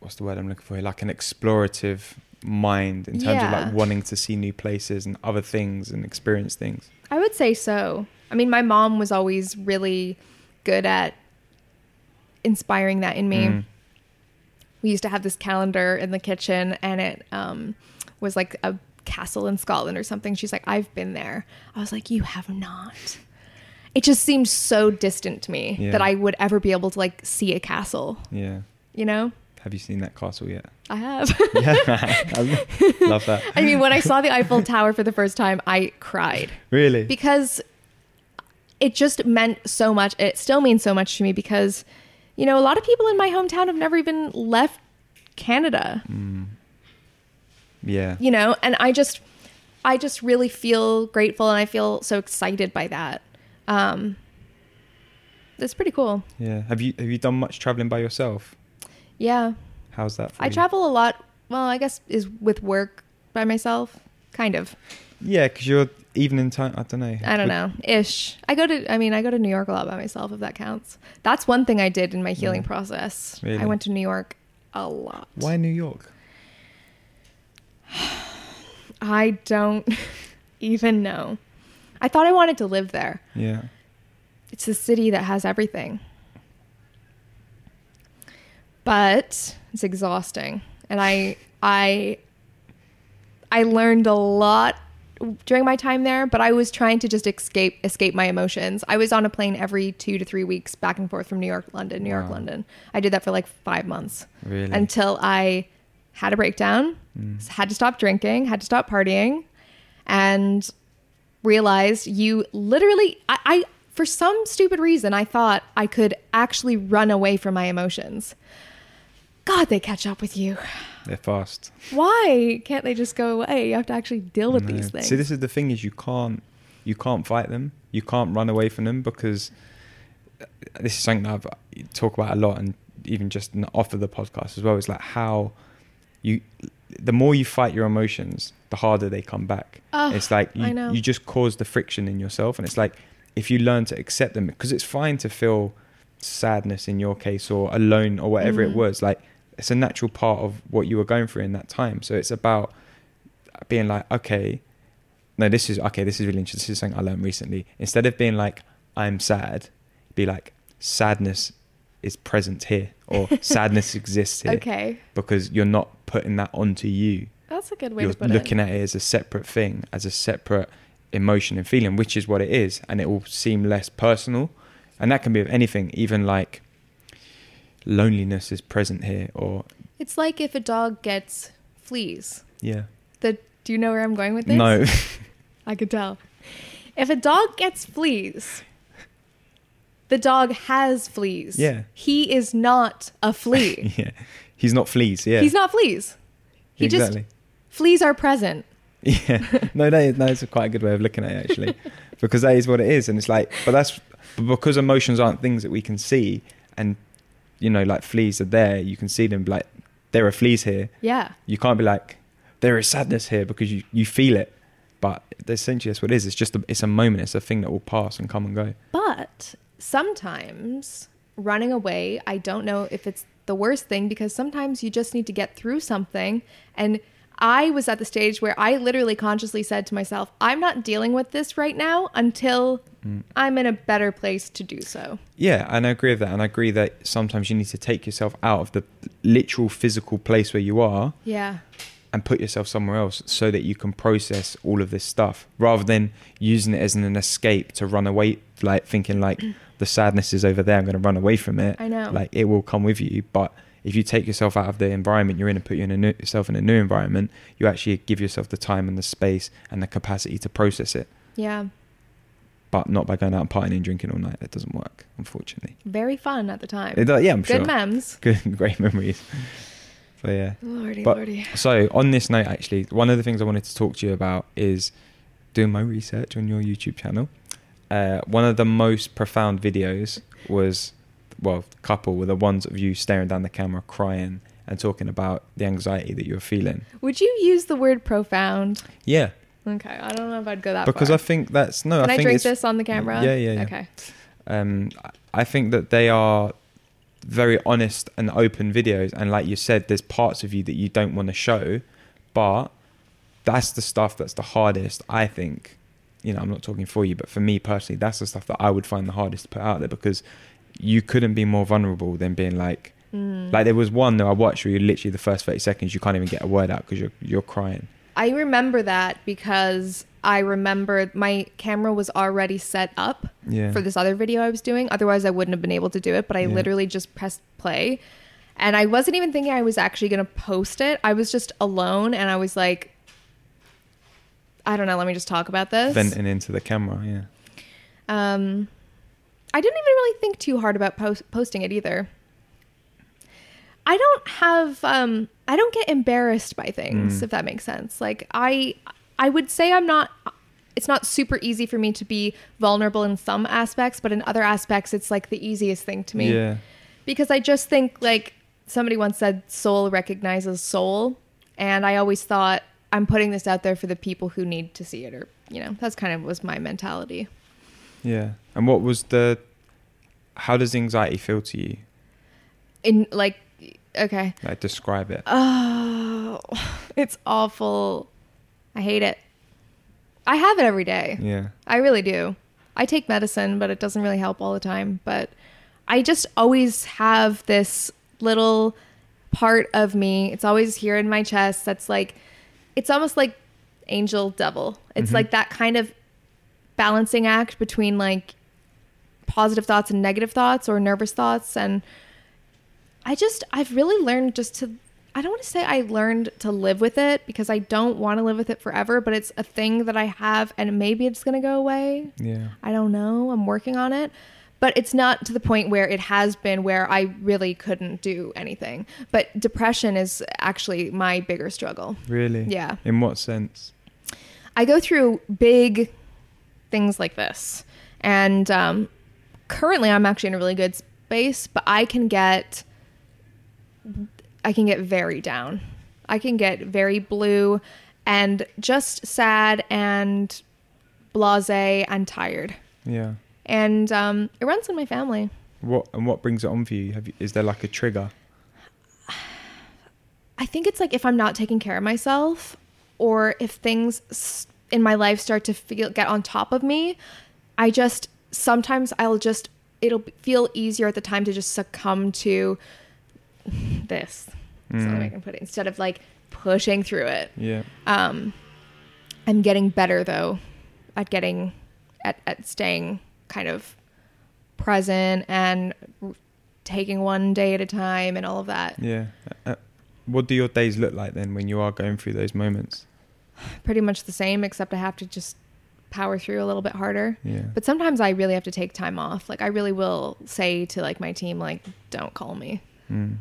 D: what's the word I'm looking for? here? Like an explorative mind in terms of
C: Yeah.
D: like wanting to see new places and other things and experience things.
C: I would say so. I mean, my mom was always really good at inspiring that in me.
D: Mm.
C: We used to have this calendar in the kitchen, and it um, was like a castle in Scotland or something. She's like, I've been there. I was like, You have not. It just seemed so distant to me
D: Yeah.
C: that I would ever be able to like see a castle,
D: Yeah.
C: you know?
D: Have you seen that castle yet?
C: I have.
D: Yeah. I lo- love that.
C: I mean, when I saw the Eiffel Tower for the first time, I cried.
D: Really?
C: because it just meant so much. It still means so much to me because, you know, a lot of people in my hometown have never even left Canada,
D: yeah.
C: you know, and I just, I just really feel grateful and I feel so excited by that. Um, it's pretty cool.
D: Yeah. Have you have you done much traveling by yourself?
C: Yeah.
D: How's that for
C: I
D: you?
C: travel a lot. Well, I guess is with work by myself, kind of.
D: Yeah, cuz you're evening time, I don't know.
C: I don't know, ish. I go to, I mean, I go to New York a lot by myself, if that counts. That's one thing I did in my healing process.
D: Really?
C: I went to New York a lot.
D: Why New York?
C: I don't even know. I thought I wanted to live there.
D: Yeah.
C: It's the city that has everything. But it's exhausting. And I, I, I learned a lot during my time there, but I was trying to just escape escape my emotions. I was on a plane every 2 to 3 weeks back and forth from New York, London, New York,
D: Wow.
C: London. I did that for like 5 months
D: Really? Mm.
C: until I had a breakdown, s- had to stop drinking, had to stop partying, and realized you literally I, I for some stupid reason I thought I could actually run away from my emotions. God, they catch up with you.
D: They're fast.
C: Why can't they just go away? You have to actually deal with these
D: No.
C: things.
D: See, this is the thing: is you can't you can't fight them, you can't run away from them because uh, this is something that I've uh, talk about a lot, and even just n- off of the podcast as well. Is like how you the more you fight your emotions, the harder they come back.
C: Ugh,
D: it's like
C: I
D: you,
C: know.
D: you just cause the friction in yourself, and it's like if you learn to accept them, because it's fine to feel sadness in your case or alone or whatever
C: Mm.
D: it was like it's a natural part of what you were going through in that time so it's about being like okay no, this is okay. This is really interesting. This is something I learned recently. Instead of being like, I'm sad, be like, sadness is present here or sadness exists here
C: okay.
D: because you're not putting that onto you.
C: That's a good way
D: you're
C: to put
D: looking
C: it.
D: at it as a separate thing, as a separate emotion and feeling, which is what it is. And it will seem less personal. And that can be of anything, even like loneliness is present here or,
C: It's like if a dog gets fleas.
D: yeah.
C: The do you know where I'm going with this?
D: No.
C: I could tell. If a dog gets fleas, the dog has fleas.
D: Yeah.
C: He is not a flea.
D: yeah. He's not fleas. Yeah.
C: He's not fleas. He
D: exactly.
C: just fleas are present.
D: Yeah, no, that is, no, it's a quite a good way of looking at it actually, because that is what it is, and it's like, but that's but because emotions aren't things that we can see, and you know, like fleas are there, you can see them. Like there are fleas here,
C: Yeah.
D: you can't be like there is sadness here because you you feel it, but essentially that's what it is. It's just a, it's a moment, it's a thing that will pass and come and go.
C: But sometimes running away, I don't know if it's the worst thing because sometimes you just need to get through something and I was at the stage where I literally consciously said to myself, I'm not dealing with this right now until
D: Mm.
C: I'm in a better place to do so.
D: Yeah, and I agree with that. And I agree that sometimes you need to take yourself out of the literal physical place where you are
C: Yeah.
D: and put yourself somewhere else so that you can process all of this stuff rather than using it as an escape to run away, like thinking like the sadness is over there, I'm going to run away from it.
C: I know.
D: Like it will come with you. But if you take yourself out of the environment you're in and put you in a new, yourself in a new environment, you actually give yourself the time and the space and the capacity to process it.
C: Yeah.
D: But not by going out and partying and drinking all night. That doesn't work, unfortunately.
C: Very fun at the time.
D: It does- yeah, I'm sure.
C: Good memes.
D: Good, great memories. But yeah.
C: Lordy,
D: But-
C: lordy.
D: So, on this note, actually, one of the things I wanted to talk to you about is doing my research on your YouTube channel. Uh, one of the most profound videos was, well, a couple were the ones of you staring down the camera, crying, and talking about the anxiety that you were feeling.
C: Would you use the word profound?
D: Yeah,
C: Okay, I don't know if I'd go that
D: because
C: far.
D: I think that's no.
C: Can I,
D: I think
C: drink
D: it's,
C: this on the camera?
D: Yeah, yeah, yeah.
C: Okay.
D: um, I think that they are very honest and open videos. And like you said, there's parts of you that you don't want to show, but that's the stuff that's the hardest, I think. You know, I'm not talking for you, but for me personally, that's the stuff that I would find the hardest to put out there because you couldn't be more vulnerable than being like, like there was one that I watched where you literally the first 30 seconds you can't even get a word out because you're you're crying.
C: I remember that because I remember my camera was already set up
D: Yeah.
C: for this other video I was doing. Otherwise, I wouldn't have been able to do it. But I
D: Yeah.
C: literally just pressed play. And I wasn't even thinking I was actually going to post it. I was just alone and I was like, I don't know, let me just talk about this.
D: venting into the camera. Yeah,
C: Um, I didn't even really think too hard about post- posting it either. I don't have um I don't get embarrassed by things if that makes sense. Like I I would say I'm not it's not super easy for me to be vulnerable in some aspects, but in other aspects it's like the easiest thing to me.
D: yeah,
C: Because I just think like somebody once said soul recognizes soul and I always thought I'm putting this out there for the people who need to see it or you know, that's kind of was my mentality.
D: yeah. And what was the? How does anxiety feel to you?
C: in like okay
D: Like describe it.
C: oh it's awful i hate it i have it every day
D: yeah.
C: i really do i take medicine but it doesn't really help all the time but i just always have this little part of me it's always here in my chest that's like it's almost like angel devil it's like that kind of balancing act between like positive thoughts and negative thoughts or nervous thoughts and I just I've really learned just to I don't want to say I learned to live with it because I don't want to live with it forever, but it's a thing that I have and maybe it's going to go away.
D: Yeah.
C: I don't know. I'm working on it. But it's not to the point where it has been where I really couldn't do anything. But depression is actually my bigger struggle.
D: Really?
C: Yeah.
D: In what sense?
C: I go through big things like this. And um, currently, I'm actually in a really good space, but I can get, I can get very down. I can get very blue, and just sad and blasé and tired.
D: Yeah.
C: And um, it runs in my family.
D: What and what brings it on for you? Have you, is there like a trigger?
C: I think it's like if I'm not taking care of myself or if things s- in my life start to feel get on top of me, I just sometimes I'll just it'll b- feel easier at the time to just succumb to this. That's the only way I can put it instead of like pushing through it.
D: Mm. Yeah.
C: Um, I'm getting better though at getting at, at staying kind of present and r- taking one day at a time and all of that.
D: Yeah. Uh, what do your days look like then when you are going through those moments?
C: pretty much the same except I have to just power through a little bit harder.
D: Yeah.
C: But sometimes I really have to take time off. Like I really will say to like my team like don't call me.
D: Hmm.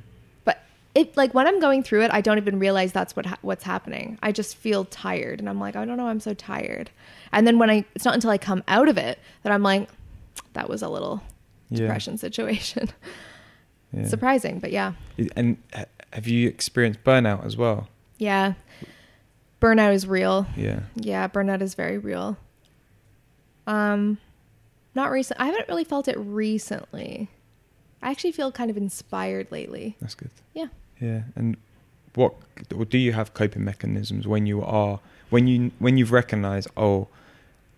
C: But it like when I'm going through it, I don't even realize that's what ha- what's happening. I just feel tired and I'm like I don't know, I'm so tired. And then when I it's not until I come out of it that I'm like that was a little
D: Yeah.
C: depression situation.
D: Yeah.
C: Surprising, but yeah.
D: Is- And ha- have you experienced burnout as well?
C: Yeah. Burnout is real.
D: Yeah.
C: Yeah, burnout is very real. Um, not recent. I haven't really felt it recently. I actually feel kind of inspired lately.
D: That's good.
C: Yeah.
D: Yeah. And what or do you have coping mechanisms when you are when you when you've recognized oh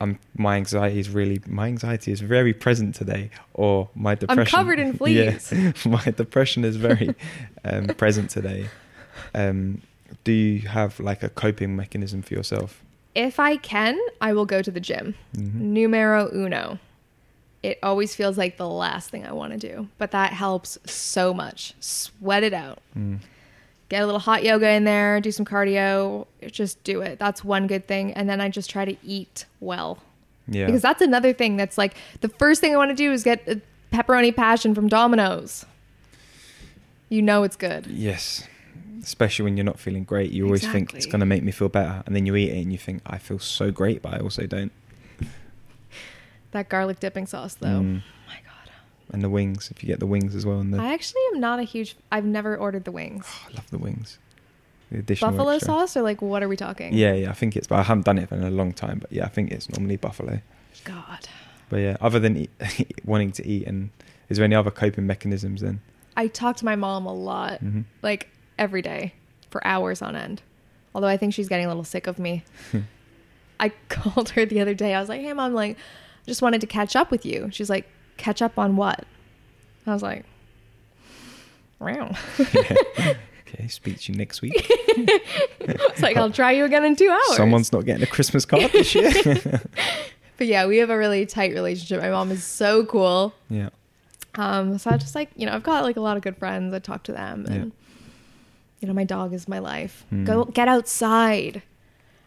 D: um, my anxiety is really my anxiety is very present today or my depression
C: covered in fleas.
D: Yeah, my depression is very um, present today um, do you have like a coping mechanism for yourself
C: If I can, I will go to the gym.
D: Mm-hmm.
C: Numero uno. It always feels like the last thing I want to do, but that helps so much. Sweat it out.
D: Mm.
C: Get a little hot yoga in there, do some cardio, just do it. That's one good thing. And then I just try to eat well.
D: yeah
C: Because that's another thing that's like the first thing I want to do is get a pepperoni passion from Domino's. You know it's good.
D: yes especially when you're not feeling great you always think it's
C: Exactly.
D: going to make me feel better and then you eat it and you think i feel so great but i also don't
C: That garlic dipping sauce though.
D: Mm.
C: Oh my god.
D: and the wings if you get the wings as well and the
C: I actually am not a huge I've never ordered the wings.
D: I love the wings. The additional
C: buffalo
D: extra.
C: sauce or like what are we talking
D: Yeah, yeah, I think it's. But I haven't done it in a long time. But yeah, I think it's normally buffalo.
C: god
D: But yeah, other than eat, wanting to eat, and is there any other coping mechanisms then?
C: i talk to my mom a lot
D: Mhm.
C: like every day for hours on end although i think she's getting a little sick of me i called her the other day i was like hey mom like I just wanted to catch up with you she's like catch up on what i was like wow
D: Okay, speak to you next week.
C: it's like i'll try you again in two hours
D: Someone's not getting a Christmas card this year.
C: but yeah we have a really tight relationship my mom is so cool
D: yeah,
C: Um, so I just like, you know, I've got like a lot of good friends. I talk to them and you know, my dog is my life.
D: Hmm.
C: Go get outside.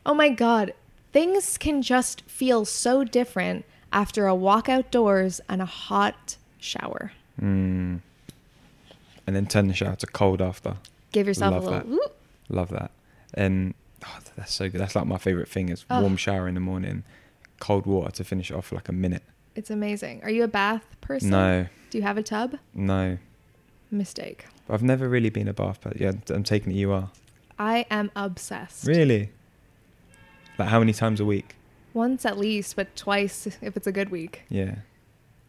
C: Oh my god. Things can just feel so different after a walk outdoors and a hot shower.
D: and then turn the shower to cold after.
C: Give yourself
D: Love
C: a
D: that.
C: little whoop.
D: Love that. And oh, that's so good. That's like my favorite thing is
C: Oh.
D: warm shower in the morning, cold water to finish it off for like a minute.
C: It's amazing. Are you a bath person?
D: No,
C: Do you have a tub?
D: no,
C: Mistake.
D: I've never really been a bath, but yeah, I'm taking it. You are.
C: I am obsessed.
D: Really? Like how many times a week?
C: Once at least, but twice if it's a good week.
D: Yeah.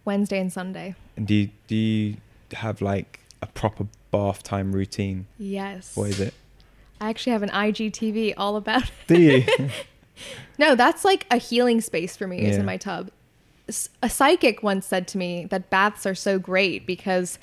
C: Wednesday and Sunday.
D: And do you, do you have like a proper bath time routine?
C: Yes.
D: What is it?
C: I actually have an IGTV all about it.
D: Do you?
C: No, that's like a healing space for me is
D: Yeah.
C: in my tub. S- A psychic once said to me that baths are so great because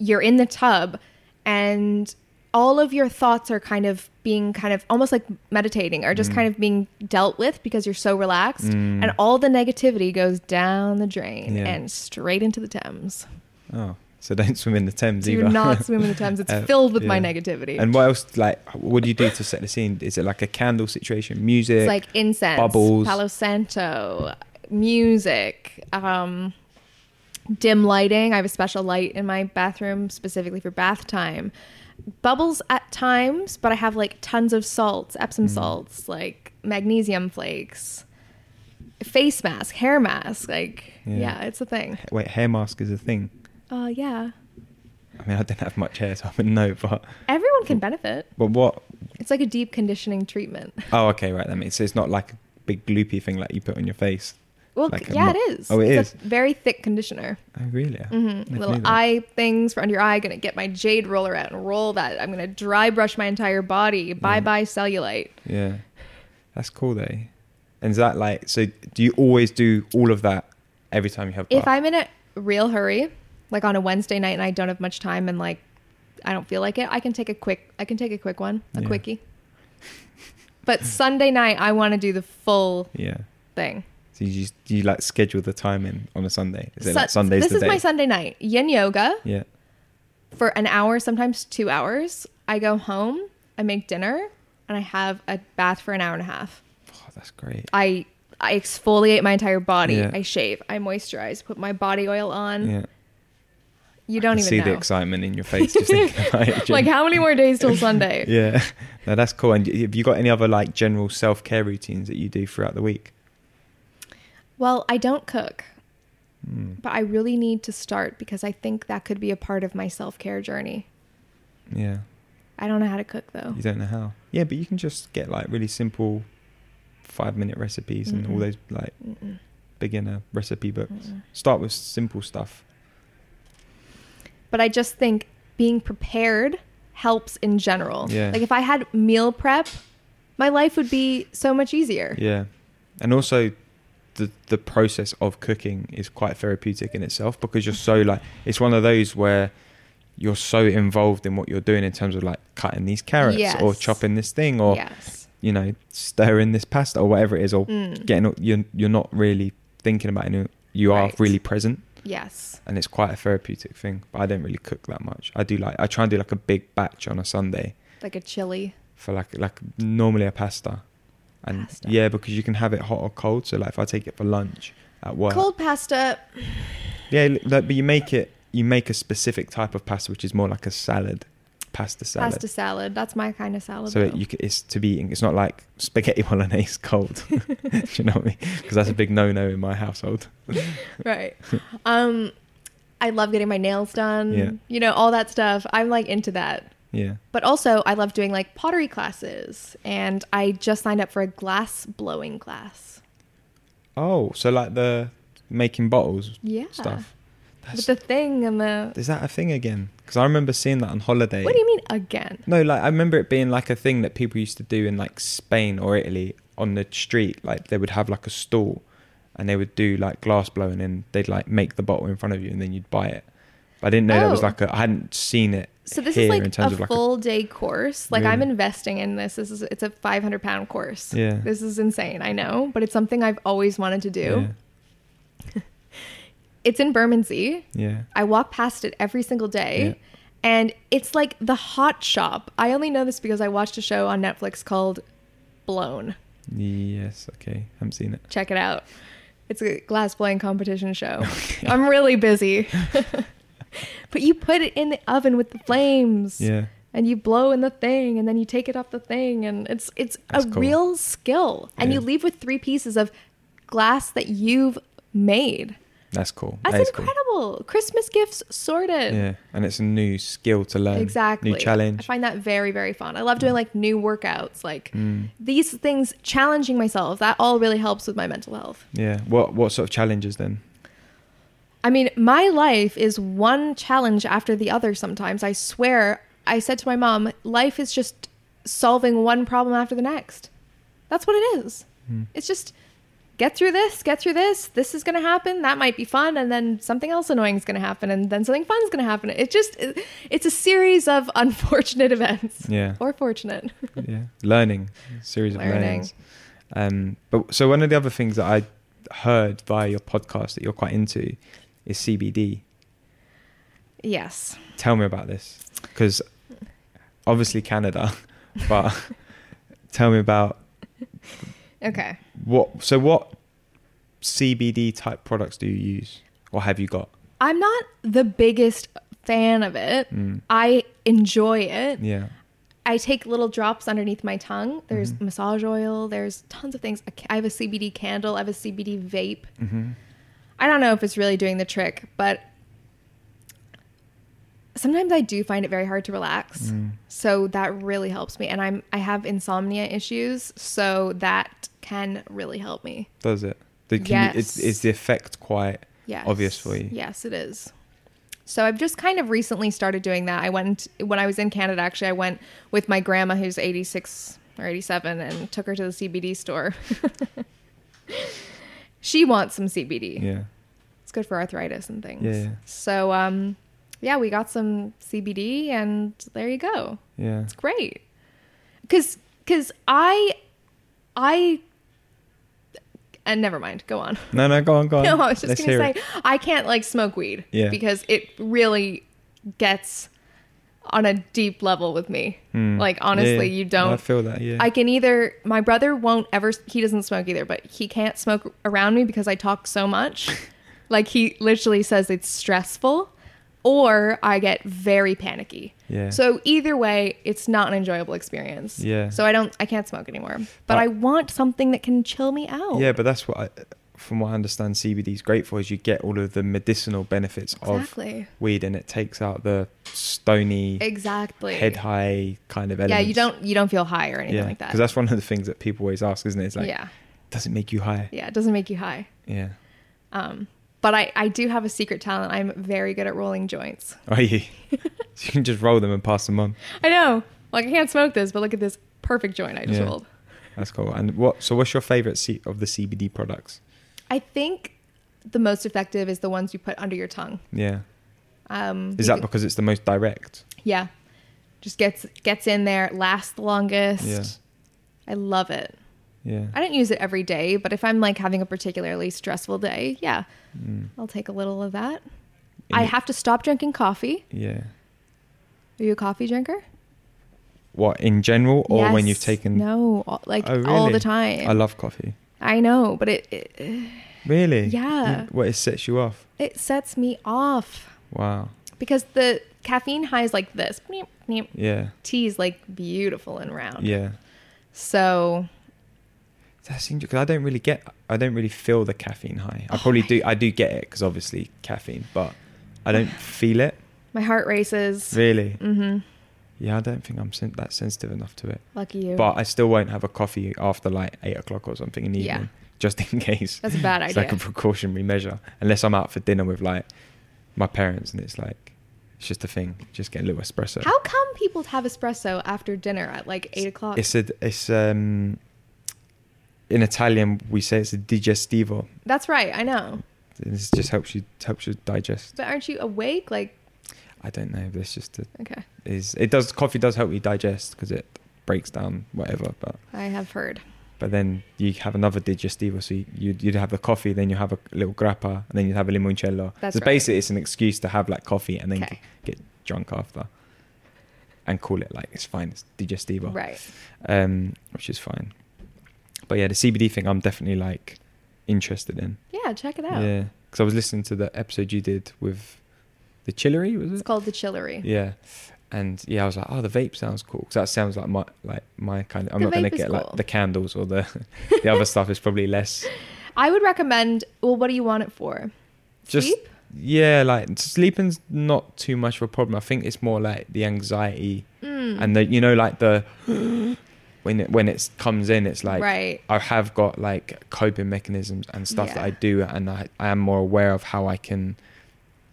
C: you're in the tub and all of your thoughts are kind of being kind of almost like meditating or
D: Mm.
C: just kind of being dealt with because you're so relaxed and all the negativity goes down the drain
D: Yeah.
C: and straight into the Thames.
D: oh, so don't swim in the Thames
C: Do
D: either.
C: not swim in the Thames. It's
D: Uh,
C: filled with my
D: yeah.
C: negativity.
D: and what else? Like, what do you do to set the scene? Is it like a candle situation, music?
C: It's like incense,
D: bubbles.
C: Palo Santo, music, um, dim lighting. I have a special light in my bathroom specifically for bath time. Bubbles at times, but I have like tons of salts, Epsom
D: Mm.
C: salts, like magnesium flakes, face mask, hair mask. Like,
D: Yeah.
C: yeah, it's a thing.
D: Wait, hair mask is a thing.
C: Oh, yeah.
D: I mean, I don't have much hair, so I wouldn't know. But
C: Everyone can benefit.
D: but what?
C: It's like a deep conditioning treatment.
D: Oh, okay, right. That makes so it's not like a big gloopy thing like you put on your face.
C: Well,
D: Like a
C: yeah,
D: mo-
C: it is.
D: Oh, it
C: it's
D: is.
C: a very thick conditioner.
D: Oh, really?
C: Mm,
D: Never
C: little
D: knew that.
C: eye things for under your eye. Gonna get my jade roller out and roll that. I'm gonna dry brush my entire body. Bye bye cellulite.
D: Yeah, that's cool though. And is that like so? Do you always do all of that every time you have?
C: If
D: bath?
C: I'm in a real hurry, like on a Wednesday night and I don't have much time and like I don't feel like it, I can take a quick. I can take a quick one, a
D: Yeah.
C: quickie. But Sunday night, I want to do the full
D: yeah.
C: thing.
D: So you just do you like schedule the time in on a Sunday? Is it like
C: Su-
D: Sundays
C: this
D: the
C: is
D: day?
C: my Sunday night. Yin yoga
D: yeah.
C: for an hour, sometimes two hours. I go home, I make dinner, and I have a bath for an hour and a half.
D: Oh, that's great.
C: I I exfoliate my entire body.
D: Yeah.
C: I shave. I moisturize. Put my body oil on.
D: Yeah.
C: You
D: I
C: don't
D: can
C: even
D: see the
C: know.
D: excitement in your face just thinking about it. Jen.
C: Like how many more days till Sunday?
D: yeah. No, that's cool. And have you got any other like general self care routines that you do throughout the week?
C: Well, I don't cook,
D: Hmm.
C: but I really need to start because I think that could be a part of my self care journey.
D: Yeah.
C: I don't know how to cook though.
D: You don't know how. Yeah, but you can just get like really simple five minute recipes and all
C: Mm-mm.
D: those like
C: Mm-mm.
D: beginner recipe books. Start with simple stuff.
C: But I just think being prepared, helps in general.
D: Yeah.
C: Like if I had meal prep, my life would be so much easier.
D: Yeah, and also the the process of cooking is quite therapeutic in itself because you're so like it's one of those where you're so involved in what you're doing in terms of like cutting these carrots or
C: Yes.
D: chopping this thing or
C: yes.
D: you know stirring this pasta or whatever it is or
C: Mm.
D: getting you're you're not really thinking about it. You are
C: Right.
D: really present,
C: Yes.
D: and it's quite a therapeutic thing. But I don't really cook that much. I do like I try and do like a big batch on a Sunday
C: Like a chili.
D: for like like normally a pasta, and
C: Pasta.
D: yeah, because you can have it hot or cold. So like if I take it for lunch at work,
C: Cold pasta.
D: yeah, li- like, but you make it you make a specific type of pasta which is more like a salad, pasta salad.
C: Pasta salad. That's my kind of salad.
D: so it,
C: though.
D: you c- it's to be eaten. It's not like spaghetti bolognese cold. Do you know what I mean? Because that's a big no-no in my household.
C: right. Um, I love getting my nails done.
D: Yeah.
C: You know all that stuff. I'm like into that.
D: Yeah.
C: But also, I love doing like pottery classes, and I just signed up for a glass blowing class.
D: Oh, so like the making bottles
C: Yeah.
D: stuff. That's,
C: With the thing and the.
D: is that a thing again? Because I remember seeing that on holiday.
C: What do you mean again?
D: No, like I remember it being like a thing that people used to do in like Spain or Italy on the street. Like they would have like a stall, and they would do like glass blowing, and they'd like make the bottle in front of you, and then you'd buy it. But I didn't know that was
C: Oh.
D: like a. I hadn't seen it.
C: So this
D: here
C: is like
D: in terms
C: a
D: of like
C: full day course. Like I'm
D: Really?
C: investing in this. This is it's a 500 pound course.
D: Yeah.
C: This is insane. I know, but it's something I've always wanted to do.
D: yeah,
C: It's in Bermondsey.
D: yeah.
C: I walk past it every single day.
D: Yeah.
C: And it's like the hot shop. I only know this because I watched a show on Netflix called Blown.
D: Yes. Okay. Haven't seen it.
C: Check it out. It's a glass blowing competition show. I'm really busy. but you put it in the oven with the flames.
D: Yeah.
C: And you blow in the thing and then you take it off the thing and it's it's
D: That's
C: a
D: cool.
C: real skill. And you
D: Yeah.
C: leave with three pieces of glass that you've made.
D: That's cool.
C: That's
D: That is
C: incredible. Christmas gifts sorted.
D: Cool. Yeah, and it's a new skill to learn.
C: Exactly.
D: New challenge.
C: I
D: Mm.
C: find that very, very fun. I love doing like new workouts, like these things, challenging myself. That all really helps with my mental health.
D: yeah. What what sort of challenges then?
C: I mean, my life is one challenge after the other sometimes. I swear, I said to my mom, life is just solving one problem after the next. That's what it is.
D: Mm.
C: It's just get through this, get through this. This is going to happen. That might be fun. And then something else annoying is going to happen. And then something fun is going to happen. It just, it's a series of unfortunate events.
D: Yeah.
C: Or fortunate.
D: yeah learning series of
C: Learning.
D: learnings um but so one of the other things that i heard via your podcast that you're quite into is cbd
C: yes.
D: tell me about this because obviously canada but tell me about
C: Okay.
D: what so what cbd type products do you use or have you got
C: I'm not the biggest fan of it. I enjoy it.
D: yeah
C: I take little drops underneath my tongue. There's massage oil. There's tons of things. I ca- I have a CBD candle. I have a CBD vape. I don't know if it's really doing the trick, but sometimes I do find it very hard to relax. So that really helps me. And I'm I have insomnia issues, so that can really help me.
D: does it the, can you, is,
C: Yes.
D: is the effect quite
C: Yes.
D: obvious for you
C: Yes, it is. So I've just kind of recently started doing that. I went when I was in Canada actually I went with my grandma who's 86 or 87 and took her to the CBD store. she wants some CBD.
D: yeah
C: It's good for arthritis and things.
D: Yeah.
C: So um yeah, we got some CBD and there you go
D: yeah
C: it's great because because i i and never mind go on
D: no no go on go on
C: no i was just
D: Let's
C: gonna
D: hear
C: say
D: it.
C: i can't like smoke weed
D: Yeah.
C: because it really gets on a deep level with me like
D: Yeah,
C: honestly
D: Hmm. yeah.
C: you
D: No,
C: don't
D: i feel that yeah
C: I can either my brother won't ever he doesn't smoke either, but he can't smoke around me because I talk so much. like he literally says it's stressful or I get very panicky.
D: Yeah.
C: So either way, it's not an enjoyable experience.
D: Yeah. Uh,
C: So I don't I can't smoke anymore. But, I want something that can chill me out.
D: Yeah, but that's what I, from what I understand, CBD is great for is you get all of the medicinal benefits
C: Exactly.
D: of weed, and it takes out the stony,
C: Exactly.
D: head high kind of
C: yeah,
D: elements.
C: you don't you don't feel high or anything like that.
D: because that's one of the things that people always ask, isn't it? It's like,
C: yeah.
D: does it make you high?
C: Yeah, it doesn't make you high.
D: Yeah,
C: Um but But I, I do have a secret talent. I'm very good at rolling joints.
D: Are you? so you can just roll them and pass them on.
C: I know. Like I can't smoke this, but look at this perfect joint I just
D: Yeah.
C: rolled.
D: That's cool. And what? So what's your favorite C- of the CBD products?
C: I think the most effective is the ones you put under your tongue.
D: Yeah.
C: Um,
D: Is
C: you
D: that
C: could-
D: because it's the most direct?
C: yeah? Just gets gets in there, lasts the longest.
D: Yeah.
C: I love it.
D: Yeah.
C: I don't use it every day, but if I'm like having a particularly stressful day, yeah,
D: Mm.
C: I'll take a little of that. I
D: Yeah.
C: have to stop drinking coffee.
D: Yeah.
C: Are you a coffee drinker?
D: What in general, or when you've
C: Yes.
D: taken?
C: no, all- like
D: Oh,
C: all
D: really?
C: the time.
D: I love coffee.
C: I know, but it, it
D: Really?
C: Yeah.
D: You- What it sets you off?
C: it sets me off
D: Wow.
C: because the caffeine high is like this. Meep, meep.
D: Yeah.
C: Tea is like beautiful and round.
D: Yeah.
C: So
D: That's interesting because I don't really get, I don't really feel the caffeine high.
C: Oh,
D: I probably do, I do get it because obviously caffeine, but I don't feel it
C: my heart races.
D: really.
C: Mm-hmm.
D: Yeah, I don't think I'm sen- that sensitive enough to it.
C: Lucky you.
D: But I still won't have a coffee after like eight o'clock or something in the
C: Yeah.
D: evening, just in case.
C: That's a bad
D: it's
C: idea.
D: like a precautionary measure, unless I'm out for dinner with like my parents and it's like it's just a thing. Just get a little espresso.
C: How come people have espresso after dinner at like eight o'clock?
D: It's a, it's um, in Italian we say it's a digestivo.
C: That's right. I know.
D: This just helps you helps you digest.
C: But aren't you awake? Like
D: I don't know. This just a,
C: okay,
D: is it does coffee does help you digest because it breaks down whatever, but.
C: I have heard.
D: But then you have another digestivo, so you- you'd, you'd have the coffee, then you have a little grappa, and then you'd have a limoncello.
C: That's
D: so
C: right.
D: basically, it's an excuse to have like coffee and then
C: Okay.
D: g- get drunk after, and call it like it's fine, it's digestivo,
C: Right.
D: Um, which is fine. But yeah, the CBD thing, I'm definitely like interested in.
C: Yeah, check it out.
D: Yeah, because I was listening to the episode you did with the Chillery, was it?
C: It's called the Chillery.
D: Yeah. And yeah, I was like, oh, the vape sounds cool because that sounds like my like my kind of. I'm
C: The
D: not gonna
C: vape is
D: get
C: cool.
D: like the candles or the the other stuff is probably less.
C: I would recommend. Well, what do you want it for?
D: Just
C: Sleep?
D: yeah, like sleeping's not too much of a problem. I think it's more like the anxiety
C: Mm.
D: and the you know like the when it, when it comes in, it's like
C: right.
D: I have got like coping mechanisms and stuff that
C: Yeah.
D: I do, and I, I am more aware of how I can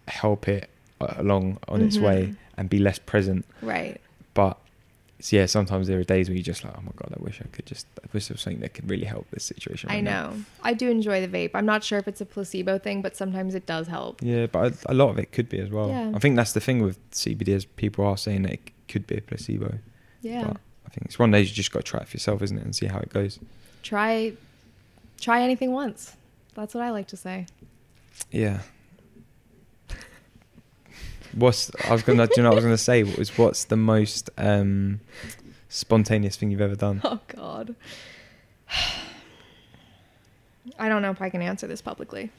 D: help it uh, along on its
C: Mm-hmm.
D: way and be less present.
C: Right.
D: But it's- yeah, sometimes there are days where you're just like, oh my god, I wish I could just, I wish there was something that could really help this situation.
C: I
D: right now."
C: know. I do enjoy the vape. I'm not sure if it's a placebo thing, but sometimes it does help.
D: Yeah, but a a lot of it could be as well.
C: Yeah.
D: I think that's the thing with CBD is people are saying that it could be a placebo.
C: Yeah.
D: But I think it's one day you just got to try it for yourself, isn't it, and see how it goes.
C: Try try anything once. That's what I like to say.
D: Yeah. What's I was gonna do you know what I was gonna say was what's the most um spontaneous thing you've ever done?
C: Oh god. I don't know if I can answer this publicly.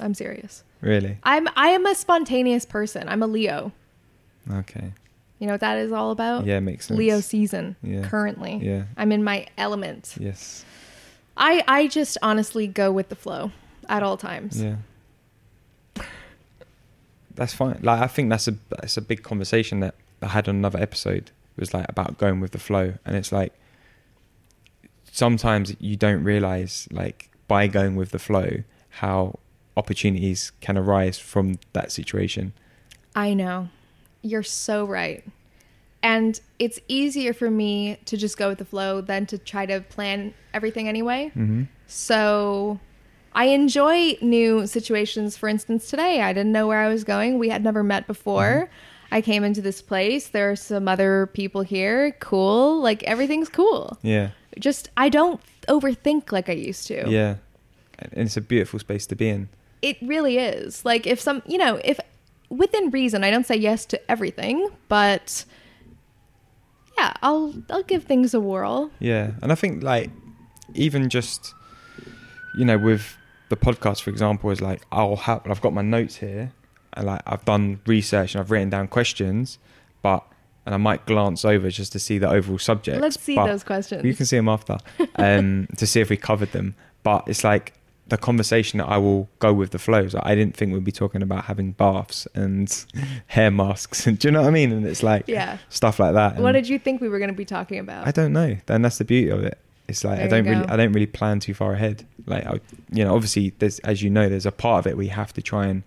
C: I'm serious.
D: Really?
C: I'm I am a spontaneous person. I'm a Leo.
D: Okay.
C: You know what that is all about?
D: Yeah, makes sense.
C: Leo season
D: Yeah.
C: currently.
D: Yeah.
C: I'm in my element.
D: Yes.
C: I I just honestly go with the flow at all times.
D: Yeah. That's fine. Like I think that's a that's a big conversation that I had on another episode. It was like about going with the flow, and it's like sometimes you don't realize like by going with the flow how opportunities can arise from that situation.
C: I know. You're so right. And it's easier for me to just go with the flow than to try to plan everything anyway.
D: Mm-hmm.
C: So I enjoy new situations. For instance, today I didn't know where I was going. We had never met before.
D: Hmm.
C: I came into this place. There are some other people here. Cool. Like everything's cool.
D: Yeah.
C: Just I don't overthink like I used to.
D: Yeah. And it's a beautiful space to be in.
C: It really is. Like if some, you know, if within reason, I don't say yes to everything, but yeah, I'll I'll give things a whirl.
D: Yeah, and I think like even just you know with the podcast for example is like I'll have I've got my notes here and like I've done research and I've written down questions, but and I might glance over just to see the overall subject.
C: Let's see
D: but
C: those questions.
D: You can see them after um, to see if we covered them. But it's like the conversation that I will go with the flows. I didn't think we'd be talking about having baths and hair masks. And do you know what I mean? And it's like
C: Yeah.
D: stuff like that.
C: What
D: And-
C: did you think we were going to be talking about?
D: I don't know. Then that's the beauty of it. It's like
C: There
D: I
C: you
D: don't really
C: go.
D: I don't really plan too far ahead. Like I, you know, obviously there's as you know, there's a part of it we have to try and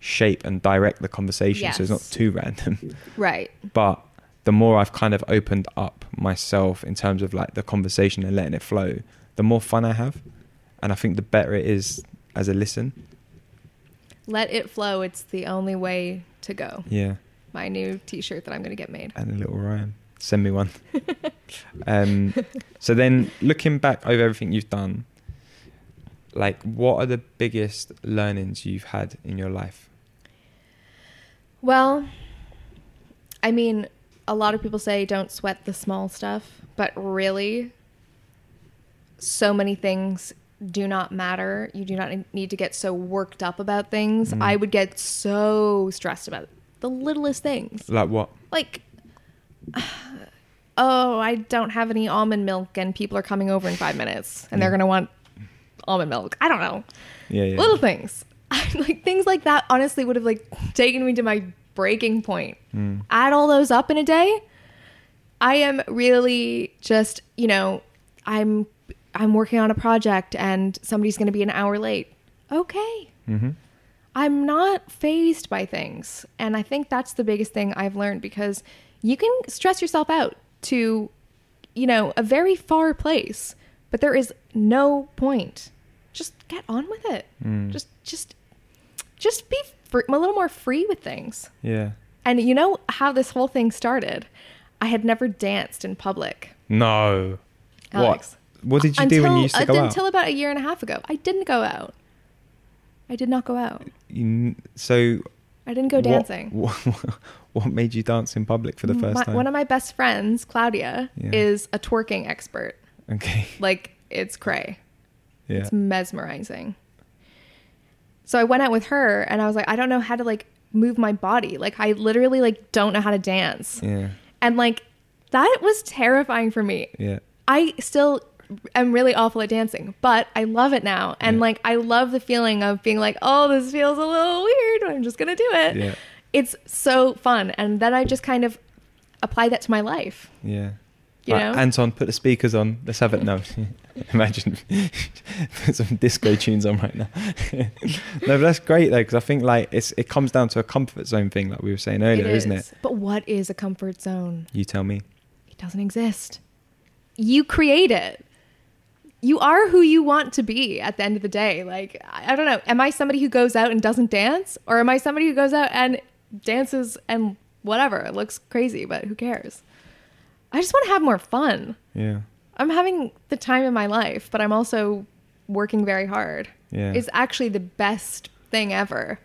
D: shape and direct the conversation so it's not
C: Yes.
D: too random.
C: Right.
D: But the more I've kind of opened up myself in terms of like the conversation and letting it flow, the more fun I have, and I think the better it is as a listen.
C: Let it flow. It's the only way to go.
D: Yeah.
C: My new t shirt that I'm going to get made.
D: and a little Ryan. Send me one. um, so then, looking back over everything you've done, like what are the biggest learnings you've had in your life?
C: Well, I mean, a lot of people say don't sweat the small stuff, but really, so many things do not matter. You do not need to get so worked up about things. I would get so stressed about the littlest things.
D: Like what?
C: Like, oh, I don't have any almond milk, and people are coming over in five minutes and they're going to want almond milk. I don't know
D: Yeah, yeah.
C: little things like things like that honestly would have like taken me to my breaking point
D: Mm.
C: add all those up in a day i am really just you know i'm i'm working on a project and somebody's going to be an hour late okay
D: Mm-hmm.
C: i'm not phased by things and i think that's the biggest thing i've learned because you can stress yourself out to you know a very far place but there is no point just get on with it
D: Mm.
C: just just just be fr- a little more free with things
D: yeah.
C: and you know how this whole thing started i had never danced in public
D: No.
C: Alex.
D: What? What did you do when you used to go
C: until
D: out?
C: about a year and a half ago i didn't go out i did not go out
D: You n- so
C: i didn't go
D: what-
C: dancing
D: What, what made you dance in public for the first
C: My-
D: time?
C: one of my best friends claudia
D: Yeah.
C: is a twerking expert
D: okay.
C: like it's cray
D: Yeah.
C: It's mesmerizing. So I went out with her and I was like, I don't know how to like move my body. Like I literally like don't know how to dance.
D: Yeah.
C: And like that was terrifying for me.
D: Yeah.
C: I still am really awful at dancing, but I love it now. And
D: Yeah.
C: like I love the feeling of being like, oh, this feels a little weird. but I'm just gonna do it.
D: Yeah.
C: It's so fun. And then I just kind of apply that to my life.
D: Yeah. Uh,
C: You know?
D: Anton, put the speakers on. Let's have it. No, imagine put some disco tunes on right now. no, but that's great though, because I think like it's it comes down to a comfort zone thing, like we were saying earlier, is. not it?
C: But what is a comfort zone?
D: You tell me.
C: It doesn't exist. You create it. You are who you want to be at the end of the day. Like, I I don't know. Am I somebody who goes out and doesn't dance? Or am I somebody who goes out and dances and whatever? It looks crazy, but who cares? I just want to have more fun.
D: Yeah,
C: I'm having the time of my life, but I'm also working very hard.
D: Yeah.
C: It's actually the best thing ever.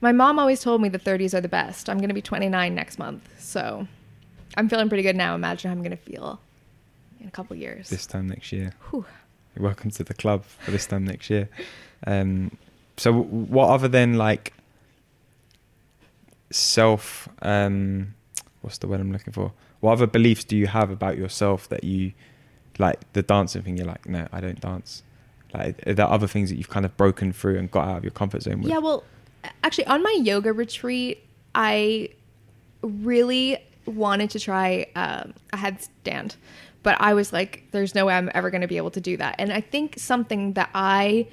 C: My mom always told me the 30s are the best. I'm going to be 29 next month. So I'm feeling pretty good now. Imagine how I'm going to feel in a couple years.
D: this time next year.
C: Whew.
D: Welcome to the club for this time next year. Um, so, w- what other than like self, um, what's the word I'm looking for? What other beliefs do you have about yourself that you like the dancing thing? You're like, no, I don't dance. Like, are there other things that you've kind of broken through and got out of your comfort zone with?
C: Yeah, well, actually, on my yoga retreat, I really wanted to try um, a headstand, but I was like, there's no way I'm ever going to be able to do that. And I think something that I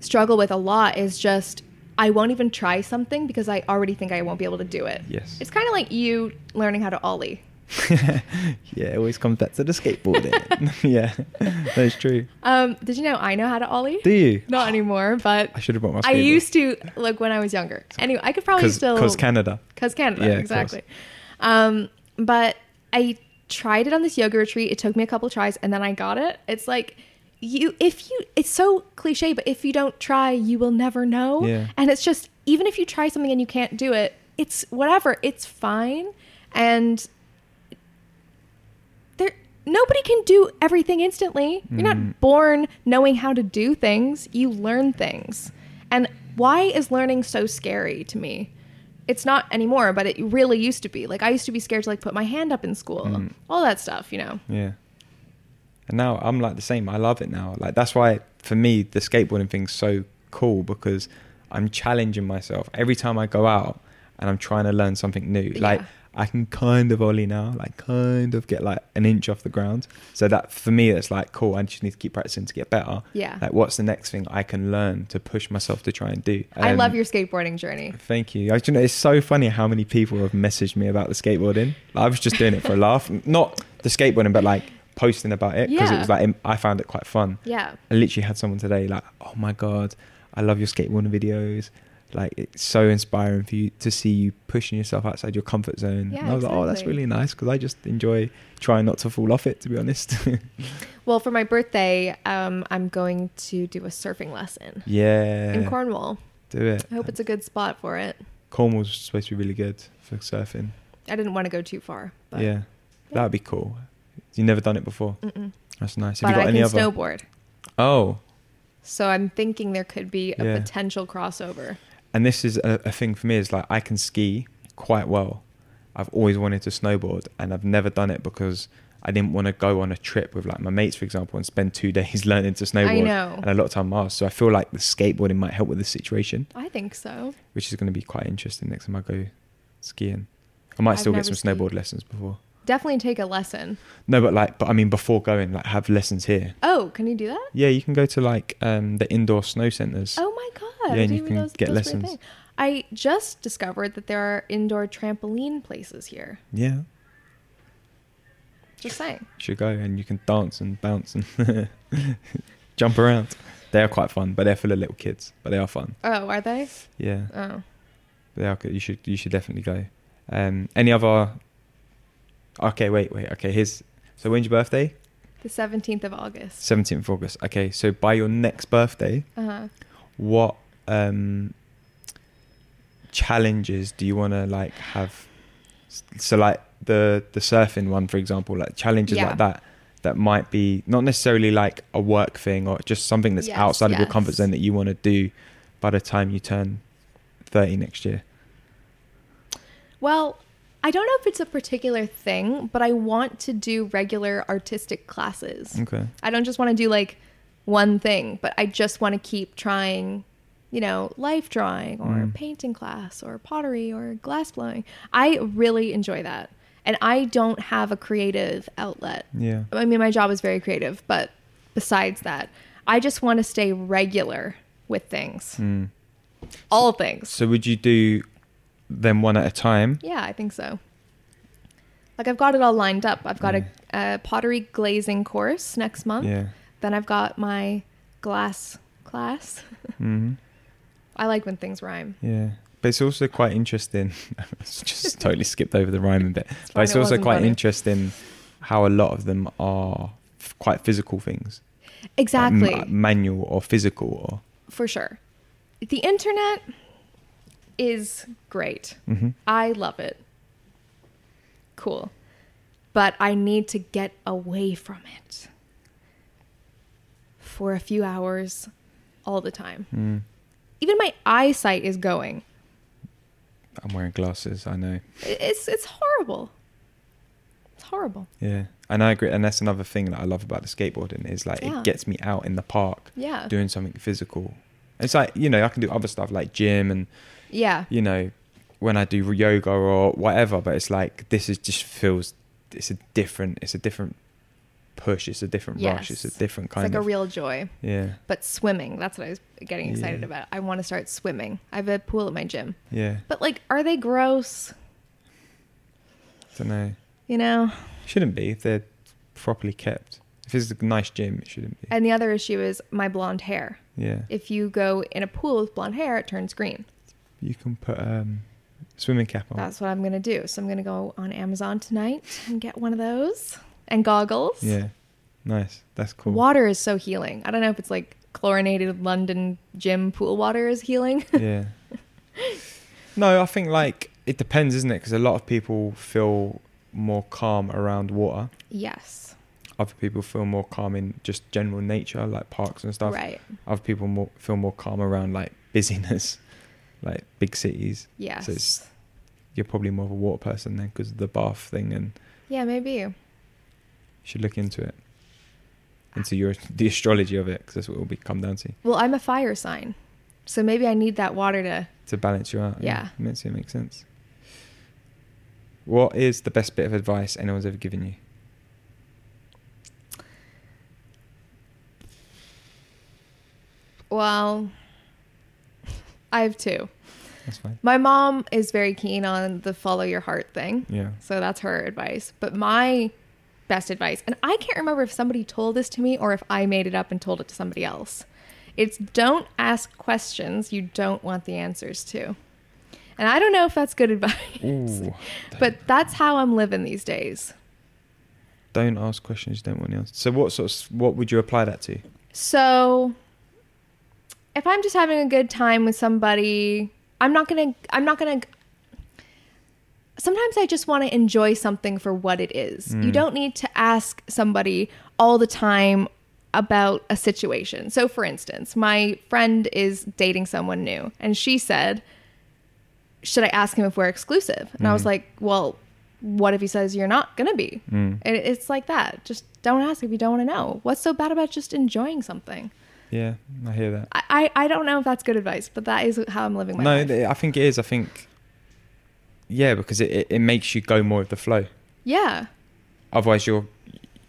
C: struggle with a lot is just I won't even try something because I already think I won't be able to do it.
D: Yes.
C: It's kind of like you learning how to Ollie.
D: yeah, it always comes back to the skateboarding. yeah, that's true.
C: Um, did you know I know how to Ollie?
D: Do you?
C: Not anymore, but
D: I should have brought my
C: I
D: skateboard.
C: used to, like when I was younger. Anyway, I could probably still.
D: because Canada.
C: because Canada,
D: Yeah, of
C: exactly. Um, but I tried it on this yoga retreat. It took me a couple tries, and then I got it. It's like you, if you, it's so cliche, but if you don't try, you will never know.
D: Yeah.
C: And it's just even if you try something and you can't do it, it's whatever. It's fine, and there nobody can do everything instantly. You're
D: Mm-hmm.
C: not born knowing how to do things. You learn things. And why is learning so scary to me? It's not anymore, but it really used to be. Like I used to be scared to like put my hand up in school.
D: Mm-hmm.
C: All that stuff, you know.
D: Yeah. And now I'm like the same. I love it now. Like that's why for me the skateboarding thing's so cool because I'm challenging myself every time I go out and I'm trying to learn something new. Like
C: Yeah.
D: I can kind of ollie now, like kind of get like an inch off the ground. So that for me, that's like cool. I just need to keep practicing to get better.
C: Yeah.
D: Like, what's the next thing I can learn to push myself to try and do?
C: I
D: Um,
C: love your skateboarding journey.
D: Thank you. I, you know, it's so funny how many people have messaged me about the skateboarding. Like, I was just doing it for a laugh, not the skateboarding, but like posting about it because it
C: Yeah.
D: was like I found it quite fun.
C: Yeah.
D: I literally had someone today like, "Oh my god, I love your skateboarding videos. Like it's so inspiring for you to see you pushing yourself outside your comfort zone."
C: Yeah,
D: and I was like, "Oh, that's
C: exactly.
D: really nice because I just enjoy trying not to fall off it, to be honest."
C: Well, for my birthday, um, I'm going to do a surfing lesson
D: yeah.
C: in Cornwall.
D: do it.
C: I hope it's a good spot for it.
D: Cornwall's supposed to be really good for surfing.
C: I didn't want to go too far, but
D: yeah. That'd be cool. You've never done it before.
C: Mm-mm.
D: That's nice. Have
C: but
D: you got
C: I
D: any
C: can
D: other?
C: snowboard.
D: oh,
C: So I'm thinking there could be a
D: Yeah.
C: potential crossover.
D: and this is a, a thing for me is like I can ski quite well. I've always wanted to snowboard and I've never done it because I didn't want to go on a trip with like my mates, for example, and spend two days learning to snowboard.
C: know.
D: And a lot of time asked. So I feel like the skateboarding might help with this situation,
C: I think so.
D: which is going to be quite interesting next time I go skiing. I might
C: I've
D: still get
C: never
D: some
C: skied.
D: snowboard lessons before.
C: Definitely take a lesson.
D: No, but like, but I mean, before going, like, have lessons here.
C: Oh, can you do that?
D: Yeah, you can go to like um, the indoor snow centers.
C: Oh my god!
D: Yeah,
C: I
D: and
C: didn't
D: you
C: even
D: can
C: know those-
D: get
C: those were a
D: lessons.
C: thing. I just discovered that there are indoor trampoline places here.
D: Yeah,
C: Just saying.
D: should go and you can dance and bounce and jump around. They are quite fun, but they're full of little kids. But they are fun.
C: Oh, are they?
D: Yeah,
C: Oh,
D: they are. Good. You should you should definitely go. Um, any other? Okay, wait, wait. Okay, here's. So when's your birthday?
C: the seventeenth of August.
D: Seventeenth of August. Okay, so by your next birthday,
C: Uh huh.
D: what um challenges do you want to like have? So like the the surfing one, for example, like challenges
C: Yeah.
D: like that that might be not necessarily like a work thing or just something that's
C: Yes,
D: outside of your
C: yes.
D: comfort zone that you want to do by the time you turn 30 next year.
C: Well, I don't know if it's a particular thing, but I want to do regular artistic classes.
D: Okay.
C: I don't just want to do like one thing, but I just want to keep trying, you know, life drawing or painting class or pottery or glass blowing. I really enjoy that. And I don't have a creative outlet.
D: Yeah.
C: I mean, my job is very creative, but besides that, I just want to stay regular with things. All things.
D: So would you do them one at a time?
C: Yeah, I think so. Like I've got it all lined up. I've got a, a pottery glazing course next month.
D: Yeah.
C: Then I've got my glass class.
D: Mm-hmm.
C: I like when things rhyme.
D: Yeah. But it's also quite interesting. I just totally skipped over the rhyming bit. but
C: fine,
D: it's
C: it
D: also
C: wasn't
D: quite
C: funny.
D: interesting how a lot of them are f- quite physical things. Like m-
C: Exactly,
D: manual or physical or
C: for sure. The internet is great.
D: Mm-hmm.
C: I love it. Cool. But I need to get away from it for a few hours all the time.
D: Mm.
C: Even my eyesight is going.
D: I'm wearing glasses, I know.
C: It's it's horrible. It's horrible.
D: Yeah. And I agree and that's another thing that I love about the skateboarding is like
C: Yeah.
D: it gets me out in the park
C: Yeah.
D: doing something physical. It's like, you know, I can do other stuff like gym and
C: Yeah.
D: you know, when I do yoga or whatever, but it's like this is just feels it's a different it's a different push, it's a different rush, it's a
C: Yes.
D: different
C: It's
D: kind
C: like a
D: of
C: real joy.
D: Yeah.
C: But swimming, that's what I was getting excited
D: Yeah.
C: about. I want to start swimming. I have a pool at my gym.
D: Yeah.
C: But like are they gross?
D: don't know.
C: You know?
D: Shouldn't be if they're properly kept. If it's a nice gym, it shouldn't be.
C: And the other issue is my blonde hair.
D: Yeah.
C: If you go in a pool with blonde hair, it turns green.
D: You can put um swimming cap on.
C: That's what I'm going to do. So I'm going to go on Amazon tonight and get one of those and goggles.
D: Yeah. Nice. That's cool.
C: Water is so healing. I don't know if it's like chlorinated London gym pool water is healing.
D: yeah. No, I think like it depends, isn't it? Because a lot of people feel more calm around water.
C: yes.
D: Other people feel more calm in just general nature, like parks and stuff.
C: Right.
D: Other people more, feel more calm around like busyness, like big cities.
C: Yes.
D: So it's, you're probably more of a water person then because of the bath thing, and you
C: yeah, maybe.
D: should look into it, into your the astrology of it, because that's what it will be come down to
C: Well, I'm a fire sign. So maybe I need that water to.
D: to balance you out.
C: Yeah.
D: makes it makes sense. What is the best bit of advice anyone's ever given you?
C: Well, I have two.
D: That's fine.
C: My mom is very keen on the follow your heart thing.
D: Yeah.
C: So that's her advice. But my best advice, and I can't remember if somebody told this to me or if I made it up and told it to somebody else. It's don't ask questions you don't want the answers to. And I don't know if that's good advice,
D: Ooh.
C: but that's how I'm living these days.
D: Don't ask questions you don't want the answer. So what sort of, what would you apply that to?
C: So if I'm just having a good time with somebody, I'm not going to I'm not going to Sometimes I just want to enjoy something for what it is. You don't need to ask somebody all the time about a situation. So for instance, my friend is dating someone new and she said, "Should I ask him if we're exclusive?" And I was like, "Well, what if he says you're not going to be?" And it's like that. Just don't ask if you don't want to know. What's so bad about just enjoying something?
D: Yeah, I hear that.
C: I, I I don't know if that's good advice, but that is how I'm living my
D: no,
C: life.
D: th- I think it is. I think, yeah, because it, it, it makes you go more with the flow.
C: yeah,
D: Otherwise, you're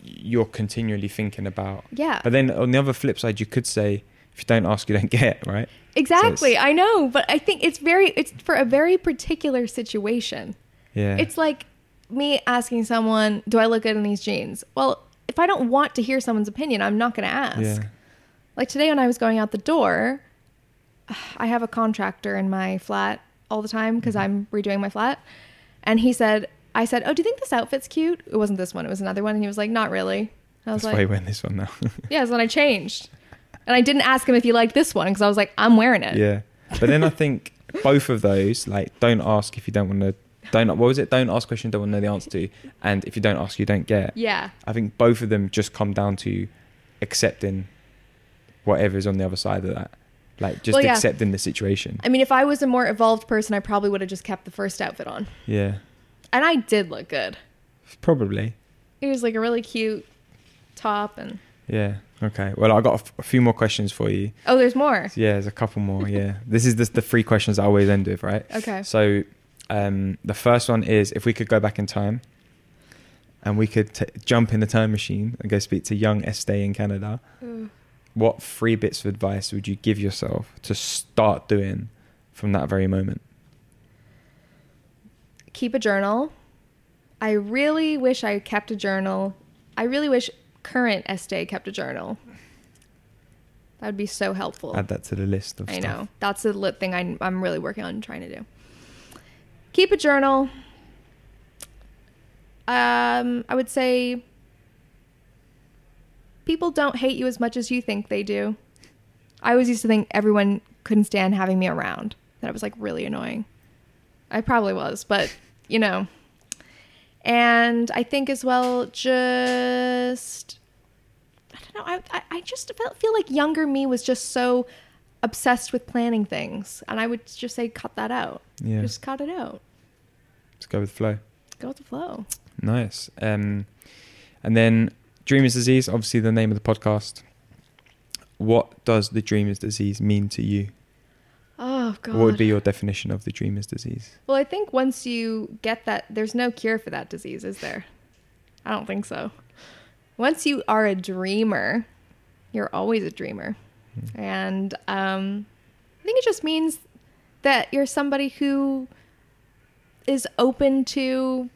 D: you're continually thinking about.
C: yeah,
D: But then on the other flip side, you could say if you don't ask, you don't get. Right?
C: exactly. I know, but I think it's very it's for a very particular situation.
D: Yeah.
C: It's like me asking someone, "Do I look good in these jeans?" Well, if I don't want to hear someone's opinion, I'm not going to ask.
D: yeah.
C: Like today when I was going out the door, I have a contractor in my flat all the time
D: Mm-hmm.
C: because I'm redoing my flat. And he said, I said, Oh, do you think this outfit's cute? It wasn't this one, it was another one. And he was like, Not really. I was
D: That's why
C: like,
D: you win this one now.
C: Yeah, so then I changed. And I didn't ask him if he liked this one because I was like, I'm wearing it.
D: yeah. But then I think both of those, like, don't ask if you don't want to. Don't what was it? Don't ask questions you don't want to know the answer to, and if you don't ask, you don't get.
C: Yeah.
D: I think both of them just come down to accepting whatever's on the other side of that. Like just
C: Well, yeah.
D: accepting the situation.
C: I mean, if I was a more evolved person, I probably would have just kept the first outfit on.
D: Yeah.
C: And I did look good.
D: Probably.
C: It was like a really cute top and
D: Yeah. Okay. Well, I got a, f- a few more questions for you.
C: Oh, there's more.
D: Yeah, there's a couple more. Yeah. this is just the three questions I always end with, right?
C: Okay.
D: So, um, the first one is if we could go back in time and we could t- jump in the time machine and go speak to young Estee in Canada,
C: Ooh.
D: what three bits of advice would you give yourself to start doing from that very moment?
C: keep a journal. I really wish I kept a journal. I really wish current Estee kept a journal. That would be so helpful.
D: Add that to the list of
C: I
D: stuff.
C: know. That's the lit thing I, I'm really working on trying to do. Keep a journal. Um, I would say people don't hate you as much as you think they do. I always used to think everyone couldn't stand having me around. That I was like really annoying. I probably was, but you know. And I think as well, just I don't know. I I, I just felt, feel like younger me was just so obsessed with planning things, and I would just say cut that out.
D: Yeah.
C: Just cut it out.
D: Let's go with flow.
C: Go with the flow.
D: Nice. Um, and then Dreamer's Disease, obviously the name of the podcast. What does the Dreamer's Disease mean to you?
C: Oh god.
D: What would be your definition of the Dreamer's Disease?
C: Well, I think once you get that, there's no cure for that disease, is there? I don't think so. Once you are a dreamer, you're always a dreamer.
D: Hmm.
C: And um, I think it just means that you're somebody who is open to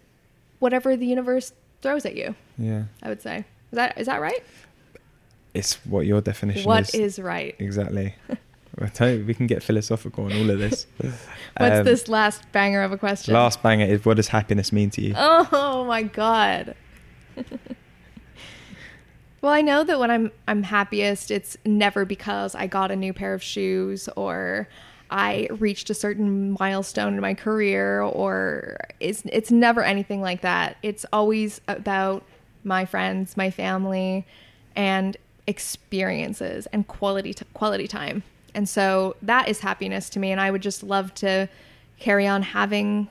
C: whatever the universe throws at you,
D: Yeah.
C: I would say. Is that, is that right?
D: It's what your definition
C: What
D: is.
C: is right?
D: Exactly. We're totally- we can get philosophical on all of this.
C: What's
D: Um,
C: this last banger of a question?
D: Last banger is what does happiness mean to you?
C: Oh my god. well, I know that when I'm I'm happiest, it's never because I got a new pair of shoes or I reached a certain milestone in my career or it's it's never anything like that. It's always about my friends, my family and experiences and quality t- quality time. And so that is happiness to me and I would just love to carry on having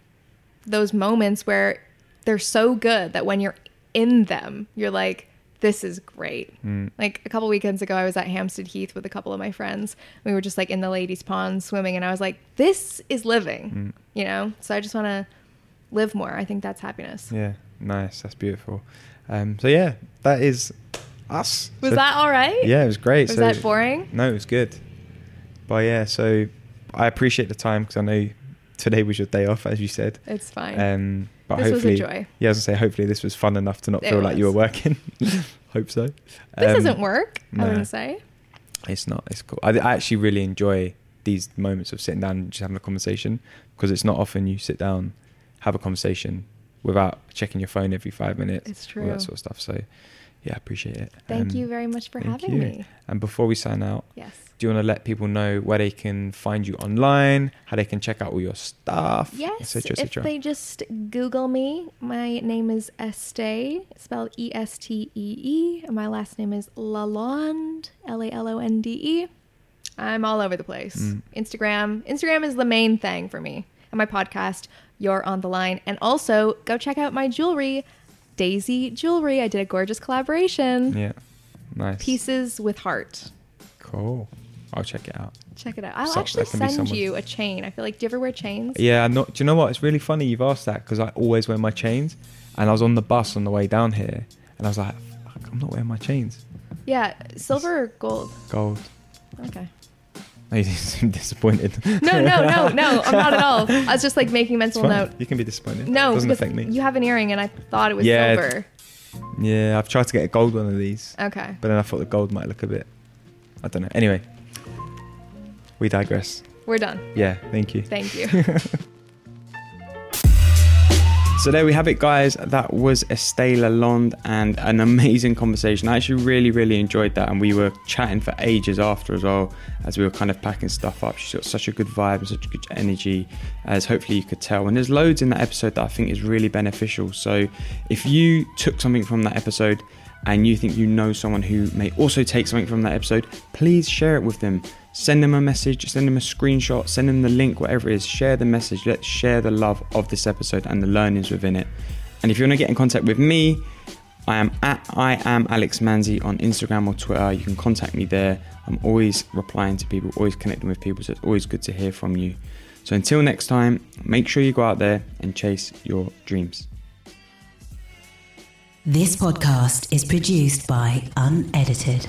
C: those moments where they're so good that when you're in them, you're like, this is great.
D: Mm.
C: Like a couple weekends ago, I was at Hampstead Heath with a couple of my friends. We were just like
D: Mm.
C: in the ladies' pond swimming, and I was like, this is living, you know? So I just want to live more. I think that's happiness.
D: Yeah, nice. That's beautiful. Um, so yeah, that is us.
C: Was
D: So-
C: that all right?
D: Yeah, it was great.
C: Was
D: So-
C: that boring?
D: No, it was good. But yeah, so I appreciate the time because I know today was your day off, as you said.
C: It's fine.
D: Um, but
C: This was a
D: hopefully,
C: joy.
D: Yeah, I was gonna say, hopefully this was fun enough to not
C: It
D: feel like you were
C: was.
D: working. Hope so.
C: this
D: Um,
C: doesn't work.
D: nah.
C: I wouldn't say.
D: It's not. It's cool. I, I actually really enjoy these moments of sitting down and just having a conversation because it's not often you sit down, have a conversation without checking your phone every five minutes.
C: It's
D: All that
C: true.
D: sort of stuff. So, yeah, I appreciate it.
C: Thank
D: Um,
C: you very much for
D: thank
C: having
D: you.
C: me.
D: And before we sign out,
C: Yes.
D: do you want to let people know where they can find you online, how they can check out all your stuff,
C: Yes.
D: etc.,
C: if
D: etc.?
C: they just Google me, my name is Estee, spelled E S T E E. and My last name is Lalonde, L A L O N D E. I'm all over the place.
D: Mm.
C: Instagram. Instagram is the main thing for me. And my podcast, You're on the Line. And also go check out my jewelry, Daisy Jewelry. I did a gorgeous collaboration.
D: Yeah, nice.
C: Pieces with heart.
D: Cool. I'll check it out.
C: Check it out. I'll
D: So-
C: actually
D: that can be
C: send
D: someone-
C: you a chain. I feel like, do you ever wear chains?
D: Yeah, I'm not. Do you know what? It's really funny you've asked that because I always wear my chains, and I was on the bus on the way down here, and I was like, Fuck, I'm not wearing my chains.
C: Yeah, silver or gold.
D: Gold.
C: Okay.
D: Oh, you seem disappointed.
C: No, no, no, no. I'm not at all. I was just like making mental note.
D: You can be disappointed.
C: No,
D: it doesn't
C: because
D: affect me.
C: you have an earring, and I thought it was
D: Yeah.
C: silver.
D: yeah, I've tried to get a gold one of these,
C: Okay.
D: but then I thought the gold might look a bit. I don't know. Anyway, we digress.
C: We're done.
D: Yeah, thank you.
C: Thank you.
B: So there we have it, guys. That was Estelle Lalonde and an amazing conversation. I actually really, really enjoyed that, and we were chatting for ages after as well, as we were kind of packing stuff up. She's got such a good vibe and such a good energy, as hopefully you could tell. And there's loads in that episode that I think is really beneficial. So if you took something from that episode and you think you know someone who may also take something from that episode, please share it with them. Send them a message, send them a screenshot, send them the link, whatever it is. Share the message. Let's share the love of this episode and the learnings within it. And if you want to get in contact with me, I am at I am Alex Manzi on Instagram or Twitter. You can contact me there. I'm always replying to people, always connecting with people, so it's always good to hear from you. So until next time, make sure you go out there and chase your dreams.
A: This podcast is produced by Unedited.